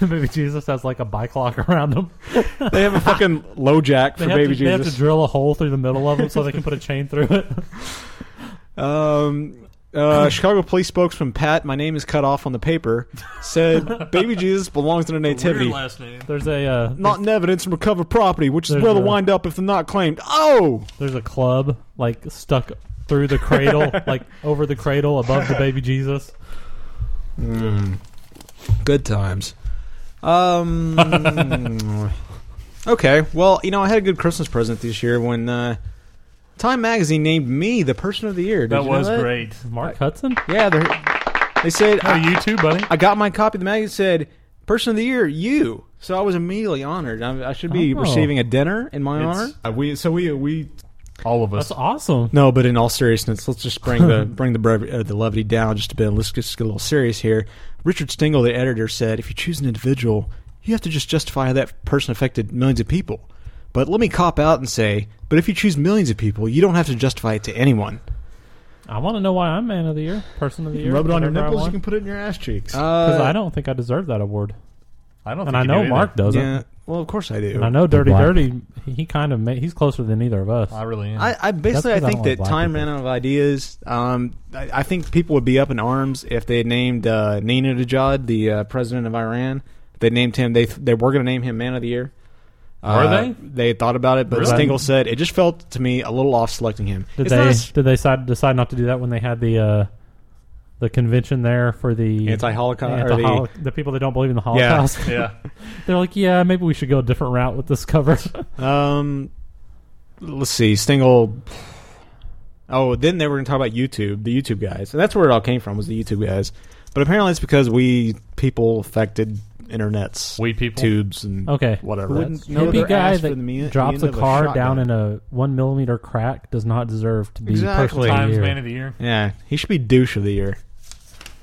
Maybe Jesus has like a bike lock around him. They have a fucking low jack They for have, baby to, they have to Jesus. drill a hole through the middle of him so they can put a chain through it. Um, uh, Chicago police spokesman Pat, my name is cut off on the paper, said baby Jesus belongs in a nativity. name. There's a uh, Not in evidence and recovered property, which is There's where they'll a- wind up if they're not claimed. Oh! there's a club like stuck through the cradle, like over the cradle above the baby Jesus. Hmm. Good times. Um, okay, well, you know, I had a good Christmas present this year when uh, Time Magazine named me the person of the year. Did That you know was great. Mark Hudson? Yeah, they're, they said. Oh, you too, buddy. I got my copy of the magazine. Said person of the year, you. So I was immediately honored. I, I should be Oh. receiving a dinner in my honor. Uh, we so we we All of That's us. awesome. No, but in all seriousness, let's just bring the bring the brev- uh, the levity down just a bit. Let's just get a little serious here. Richard Stingle, the editor, said, "If you choose an individual, you have to just justify how that person affected millions of people." But let me cop out and say, but if you choose millions of people, you don't have to justify it to anyone. I want to know why I'm man of the year, person of the year. rub it on your whatever I nipples. You want. can put it in your ass cheeks. Because Uh, I don't think I deserve that award. I don't. And think I you know do Mark either. doesn't. yeah, well, of course I do. And I know Dirty Black. Dirty, he- he kind of ma- he's closer than either of us. I really am. I, I basically I That's 'cause I think don't like that black time people. ran out of ideas. Um, I, I think people would be up in arms if they had named uh, Nina Najad, the uh, president of Iran. They named him. They they were going to name him Man of the Year. Were Uh, they? They thought about it, but Really? Stingle said it just felt to me a little off selecting him. Did It's they not as did they decide, decide not to do that when they had the uh, the convention there for the Anti-Holocaust- or anti-holo- the, people that don't believe in the Holocaust? yeah. They're like, yeah, maybe we should go a different route with this cover. Um, let's see, Stingle. Oh, then they were going to talk about YouTube, the YouTube guys, and that's where it all came from was the YouTube guys. But apparently, it's because we people affected internets, We people? tubes, and okay, Mm, whatever. Wouldn't hippie guy that drops a car down in a one millimeter crack does not deserve to be Exactly. person of the Times year. man of the year. Yeah, he should be douche of the year.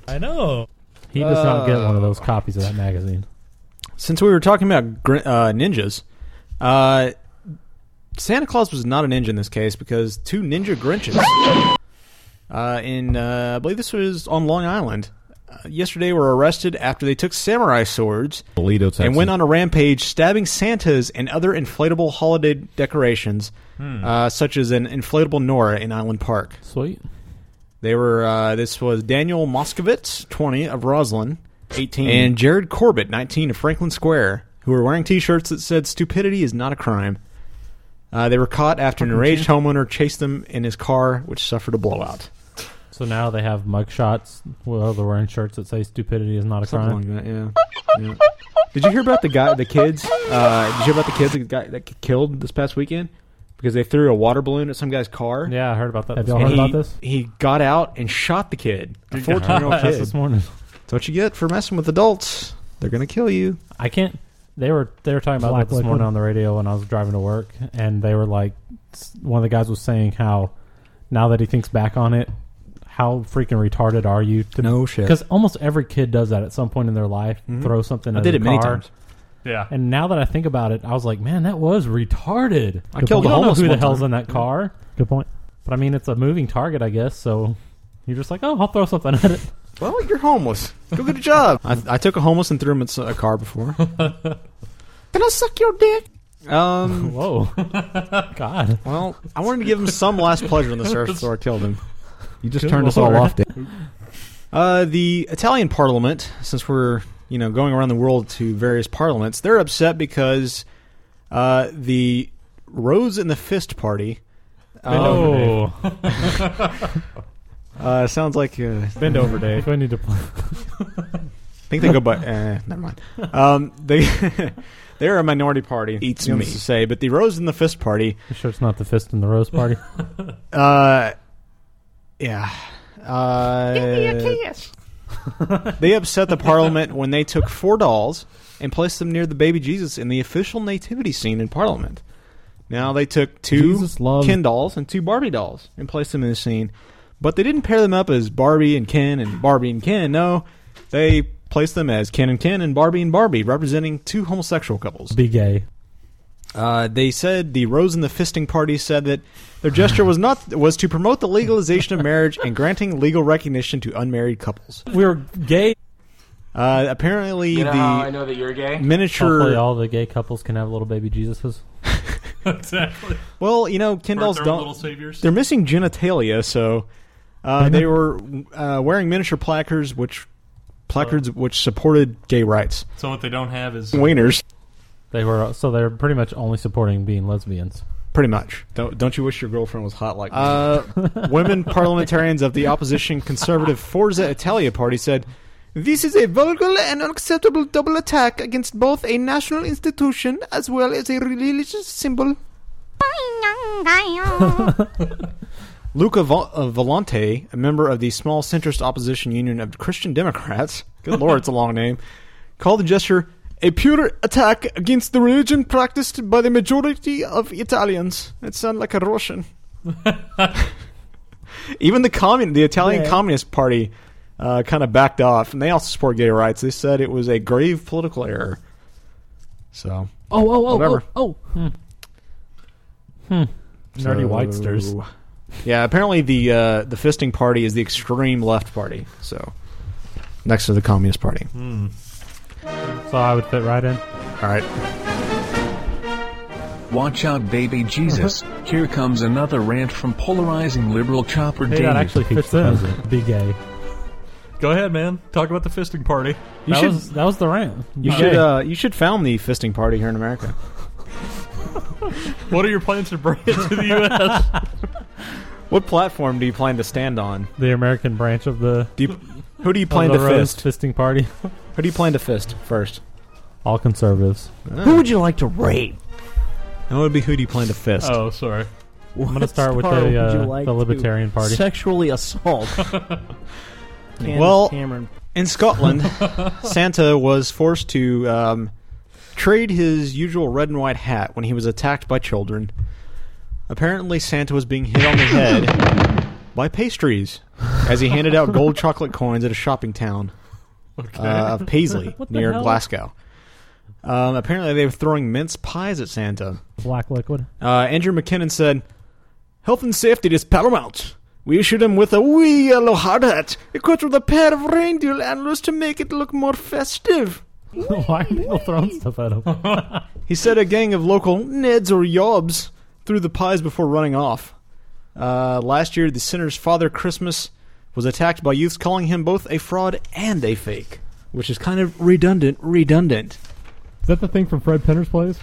I know. He does not get one of Uh. those copies of that magazine. Since we were talking about gr- uh, ninjas, uh, Santa Claus was not a ninja in this case because two ninja Grinches uh, in uh, I believe this was on Long Island. yesterday were arrested after they took samurai swords Toledo, Texas. and went on a rampage, stabbing Santas and other inflatable holiday decorations, Hmm. uh, such as an inflatable Nora in Island Park. Sweet. They were. Uh, this was Daniel Moskowitz, twenty of Roslyn, 18. and Jared Corbett, nineteen of Franklin Square, who were wearing T-shirts that said "Stupidity is not a crime." Uh, they were caught after an Fucking enraged homeowner chased them in his car, which suffered a blowout. So now they have mugshots. Well, they're wearing shirts that say "Stupidity is not a Something crime." like that. Yeah. yeah. Did you hear about the guy, the kids? Uh, did you hear about the kids that got that got killed this past weekend because they threw a water balloon at some guy's car? Yeah, I heard about that. Have And y'all heard he, about this? He got out and shot the kid, a Good God. fourteen-year-old kid. That's this morning. That's what you get for messing with adults. They're gonna kill you. I can't. They were they were talking about Black that this liquid. morning on the radio when I was driving to work, and they were like, s- one of the guys was saying how now that he thinks back on it, how freaking retarded are you? To, No shit. Because almost every kid does that at some point in their life. Mhm. Throw something. I at did a it many car. times. Yeah. And now that I think about it, I was like, man, that was retarded. I killed you a don't know homeless who the one hell's time. in that car. Good point. But I mean, it's a moving target, I guess. So you're just like, oh, I'll throw something at it. Well, you're homeless. Go get a job. I, I took a homeless and threw him in s- a car before. Can I suck your dick? Um. Whoa. God. Well, I wanted to give him some last pleasure on this earth, so I killed him. You just Good turned us all lord. off, Dave. Uh, the Italian parliament, since we're you know going around the world to various parliaments, they're upset because uh, the Rose in the Fist party. um, Bend over, uh, sounds like uh, Bend over, Dave. I need to play. I think they go by. Uh, never mind. Um, they they're a minority party. Eats me. to say, but the Rose in the Fist party. You sure it's not the fist in the rose party? Uh, yeah. Uh, Give me a kiss. they upset the parliament when they took four dolls and placed them near the baby Jesus in the official nativity scene in Parliament. Now they took two Jesus loves- Ken dolls and two Barbie dolls and placed them in the scene, but they didn't pair them up as Barbie and Ken and Barbie and Ken. No, they placed them as Ken and Ken and Barbie and Barbie, representing two homosexual couples. Be gay. Uh, they said the Rose and the Fisting Party said that their gesture was not was to promote the legalization of marriage and granting legal recognition to unmarried couples. We're gay. Uh, apparently, You know the how I know that you're gay? Hopefully, miniature. all the gay couples can have little baby Jesuses. exactly. Well, you know, Ken Aren't dolls there don't. little saviors? They're missing genitalia, so uh, they were uh, wearing miniature placards, which placards which supported gay rights. So what they don't have is Wieners, They were so they're pretty much only supporting being lesbians. pretty much. Don't don't you wish your girlfriend was hot like Uh, women parliamentarians of the opposition conservative Forza Italia party said, "This is a vulgar and unacceptable double attack against both a national institution as well as a religious symbol." Luca Vol- uh, Volante, a member of the small centrist opposition union of Christian Democrats, good lord, it's a long name, called the gesture a pure attack against the religion practiced by the majority of Italians. It sounds like a Russian. Even the commun- the Italian Yeah. Communist Party uh, kind of backed off, and they also support gay rights. They said it was a grave political error. So, Oh, oh, oh, Whatever. oh, oh. Hmm. Hmm. Nerdy So- whitesters. Yeah, apparently the uh, the fisting party is the extreme left party. So next to the communist party. Hmm. So I would fit right in. All right. Watch out, baby Jesus. Here comes another rant from polarizing liberal chopper Hey, Dave. that actually fits in. Be gay. Go ahead, man. Talk about the fisting party. You that should- was that was the rant. Be You should gay. uh, you should found the fisting party here in America. What are your plans to bring it to the U.S.? What platform do you plan to stand on? the American branch of the. Do you, who do you of plan the to Rose fist? Fisting party. Who do you plan to fist first? Ah. All conservatives. Who would you like to rape? That would be who do you plan to fist? oh, sorry. I'm gonna start with the uh, the Libertarian Party. Sexually assault. Candace well, Cameron. in Scotland, Santa was forced to um, trade his usual red and white hat when he was attacked by children. Apparently, Santa was being hit on the head by pastries as he handed out gold chocolate coins at a shopping town uh, of Paisley What the near hell? Glasgow. Um, apparently, they were throwing mince pies at Santa. Black liquid. Uh, Andrew McKinnon said, "Health and safety is paramount. We shoot him with a wee yellow hard hat, equipped with a pair of reindeer antlers to make it look more festive. Why are people throwing stuff at him? he said a gang of local Neds or Yobs threw the pies before running off. Uh, last year, the sinner's father, Christmas, was attacked by youths calling him both a fraud and a fake, which is kind of redundant, redundant. Is that the thing from Fred Penner's plays?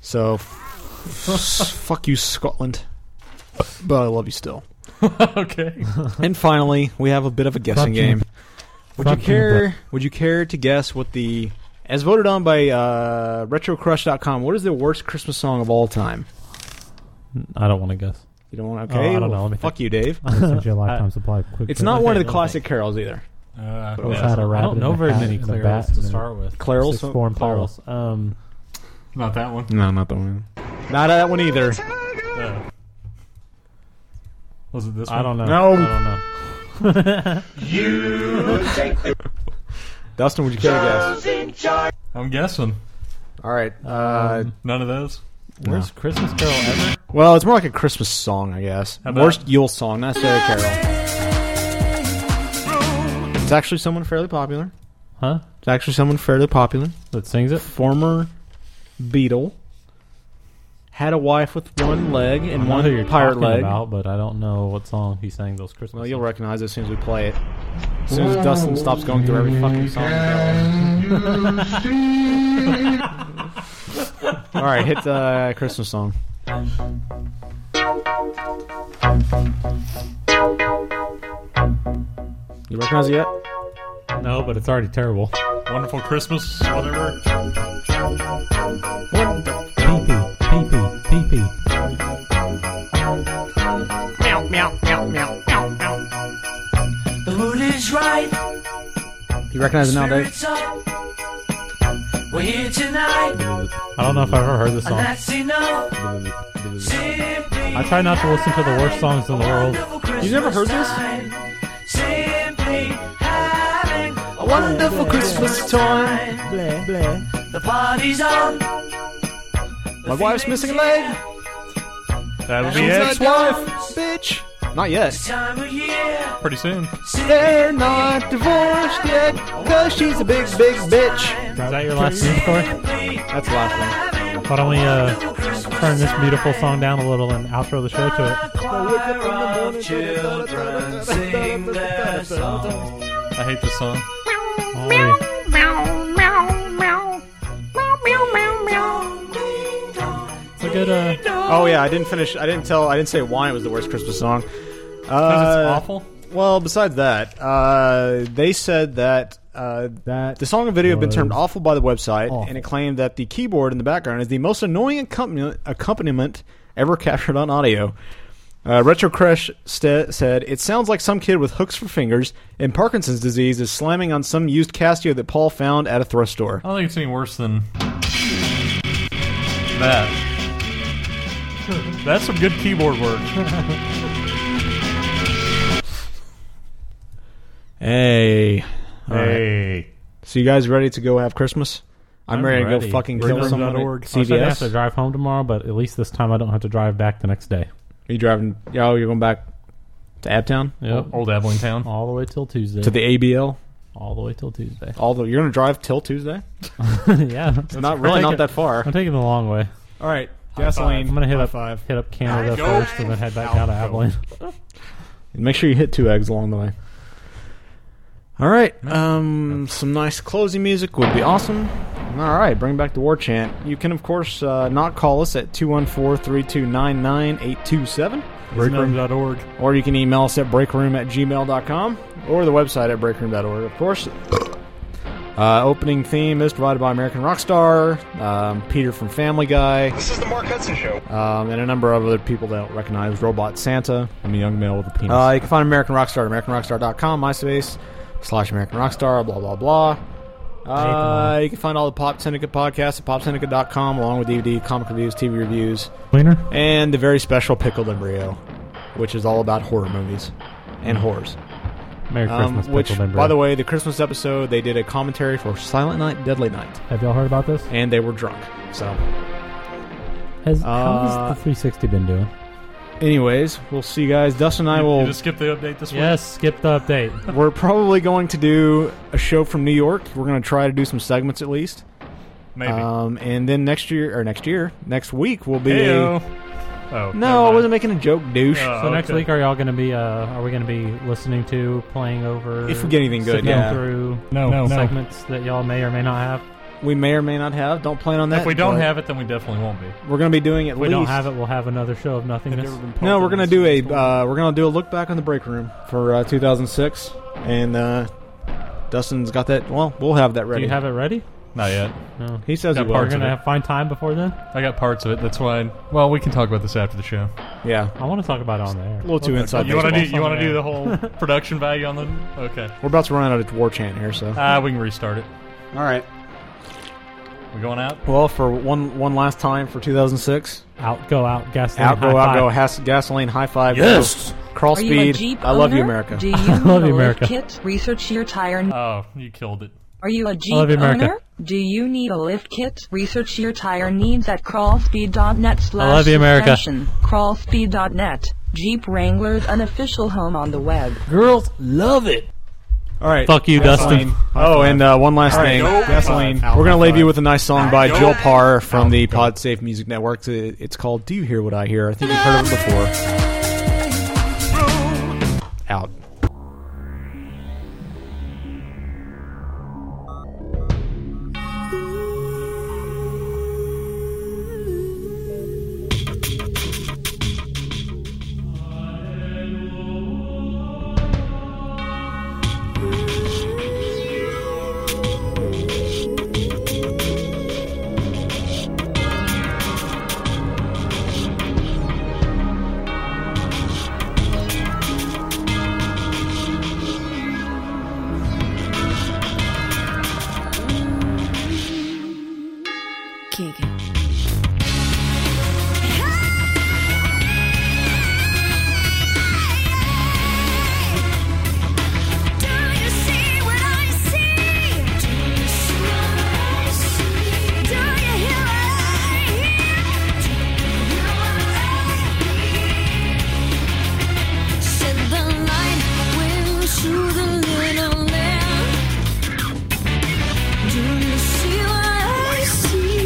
So, f- fuck you, Scotland. But I love you still. okay. and finally, we have a bit of a Fuck guessing you. game. Would Fuck you you, care? would you care to guess what the, as voted on by uh, RetroCrush.com, what is the worst Christmas song of all time? I don't want to guess. You don't want Oh, to? Okay, I don't well, know. Let me fuck think. you, Dave. I sent you a lifetime supply of quick Uh, It's trip. not Let me one of think, the let me classic carols either. Uh, But Well, it I had a was- rabbit in a hat and a bat to and a start with. Clarils? Six form Clarils. Um, Not that one. No, not that one. Not that one either. Was it this I one? don't know. No. I don't know. You take the Dustin, would you care to guess? charge. I'm guessing. Um, All right. uh, None of those. Where's Christmas Carol ever? Well, it's more like a Christmas song, I guess. How about- Worst Yule song, not necessarily a carol. It's actually someone fairly popular. Huh? It's actually someone fairly popular that sings it. Former Beatle had a wife with one leg I and know one who you're pirate talking leg. about, but I don't know what song he sang those Christmas. Well, you'll recognize it as soon as we play it. As soon as Dustin stops going through every fucking song. All right, hit the uh, Christmas song. You recognize it yet? No, but it's already terrible. Wonderful Christmas, whatever. Pee-pee, pee-pee, pee-pee. Meow, meow, meow, meow, meow, meow. The mood is right. You recognize it now, Dave? Spirits up. We're here tonight. I don't know if I've ever heard this And song. that's enough. Simply I try not to listen to the worst songs in the world. You've never heard this? Simply having a wonderful Christmas time. Blah, blah. The party's on. My wife's missing a leg. That'll She's be it. ex-wife, bitch. Not yet. Time of year. Pretty soon. They're not divorced yet, cause she's a big, big bitch. Is that your last name, Corey? That's the last one. Why don't we uh, turn this beautiful song down a little and outro the show to it? Children sing their song. I hate this song. Meow, meow, meow. Meow, meow, meow, meow. It's a good. Uh, Oh yeah, I didn't finish. I didn't tell. I didn't say why it was the worst Christmas song. Uh, awful? Well, besides that, uh, they said that. Uh, that the song and video have been termed awful by the website, and it claimed that the keyboard in the background is the most annoying accompaniment, accompaniment ever captured on audio. Uh, Retro Crush sta said, It sounds like some kid with hooks for fingers and Parkinson's disease is slamming on some used Casio that Paul found at a thrift store. I don't think it's any worse than that. That's some good keyboard work. Hey. All right. Hey. So you guys ready to go have Christmas? I'm, ready, to go fucking kill someone at I'm gonna have CVS. to drive home tomorrow, but at least this time I don't have to drive back the next day. Are you driving? Yo, you're going back to Abtown? Yep. Old Abilene Town. All the way till Tuesday. To the ABL? All the way till Tuesday. Although you're going to drive till Tuesday? yeah. It's not really not that far. I'm taking the long way. All right. High Gasoline. five. I'm gonna hit High up hit up Canada first, and then head back down to Abilene. And make sure you hit two eggs along the way. All right. Um, some nice closing music would be awesome. All right. Bring back the war chant. You can, of course, uh, not call us at 214 3299 827. Breakroom.org. Or you can email us at breakroom at gmail.com or the website at breakroom.org, of course. Uh, opening theme is provided by American Rockstar, um, Peter from Family Guy. This is the Mark Hudson Show. Um, and a number of other people that don't recognize Robot Santa. I'm a young male with a penis. Uh, you can find American Rockstar at AmericanRockstar.com, MySpace, slash American Rockstar, blah, blah, blah. Uh, you can find all the Pop Syndicate podcasts at PopSyndicate.com, along with DVD, comic reviews, TV reviews, Cleaner? and the very special Pickled Embryo, which is all about horror movies and horrors. Merry Um, Christmas, which, Pickled Embryo. by the way, the Christmas episode, they did a commentary for Silent Night, Deadly Night, Have y'all heard about this? and they were drunk. So, Has, how Uh, has the 360 been doing? Anyways, we'll see you guys. Dustin and I You- will you just skip the update this week? Yes, skip the update. We're probably going to do a show from New York. We're going to try to do some segments at least. Maybe. Um, and then next year, or next year, next week will be. Heyo. Oh, no, I wasn't making a joke, douche. so next week, are y'all going to be? Uh, are we going to be listening to, playing over? If we get anything good, sifting yeah. Through No, no, no. segments that y'all may or may not have. we may or may not have. Don't plan on that. If we don't but have it, then we definitely won't be. We're going to be doing at If we least. don't have it, we'll have another show of nothingness. No, we're gonna do a uh, we're gonna do a look back on the break room for uh, 2006, and uh, Dustin's got that. Well, we'll have that Do ready. you have it ready? Not yet. No. He says Got he will. parts We're of gonna it. have find time before then. I got parts of it. That's why. Well, we can talk about this after the show. Yeah. I want to talk about it on there. A little too inside. You want to baseball. do? You want to do the whole production value on them? Okay. We're about to run out of war chant here, so. Ah, we can restart it. All right. We going out? Well, for one one last time for 2006. Out go out gasoline. Out go high out go five. has, gasoline high five. Yes! go. Crawl Are you a speed. Jeep I love you, owner? America. Do you love you, need a lift America. kit? Research your tire. Oh, you killed it. Are you a Jeep love you, America. owner? Do you need a lift kit? Research your tire needs at crawlspeed.net slash love you, America. suspension. Crawlspeed.net. Jeep Wrangler's unofficial home on the web. Girls love it. All right. Fuck you, Gasoline. Dustin. Oh, and uh, one last All right, thing. go. Gasoline. High five. We're going to leave you High with a nice song by Go. Joel Parr from the PodSafe Music Network. It- It's called Do You Hear What I Hear? I think you've heard of it before. Out. Keegan. Said the light went through the little lamp. Do you see what I see?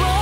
Oh, Oh.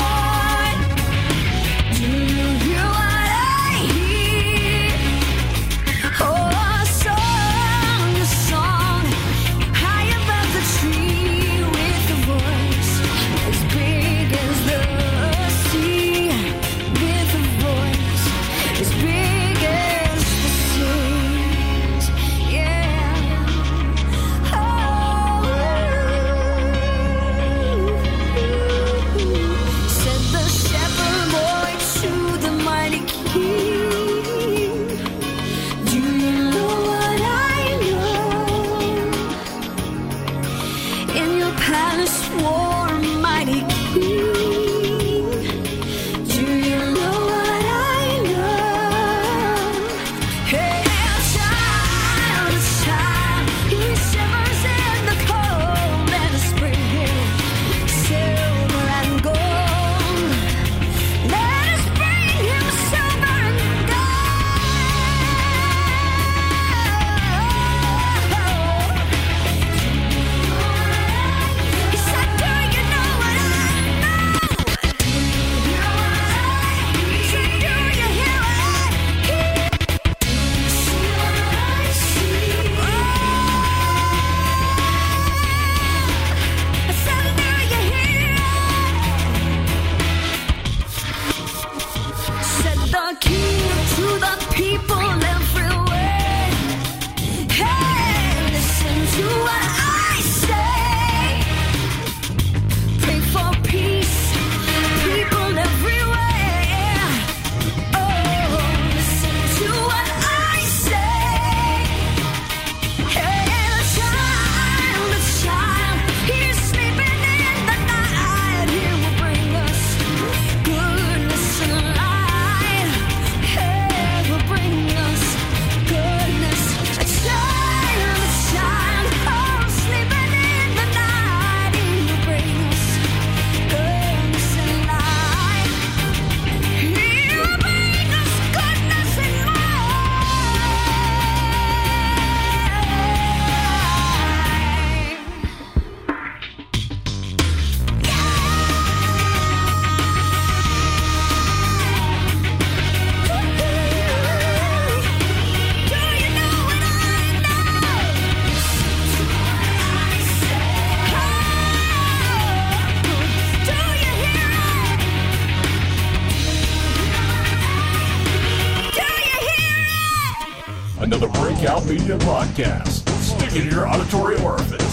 Oh, the Breakout Media Podcast. Stick it in your auditory orifice.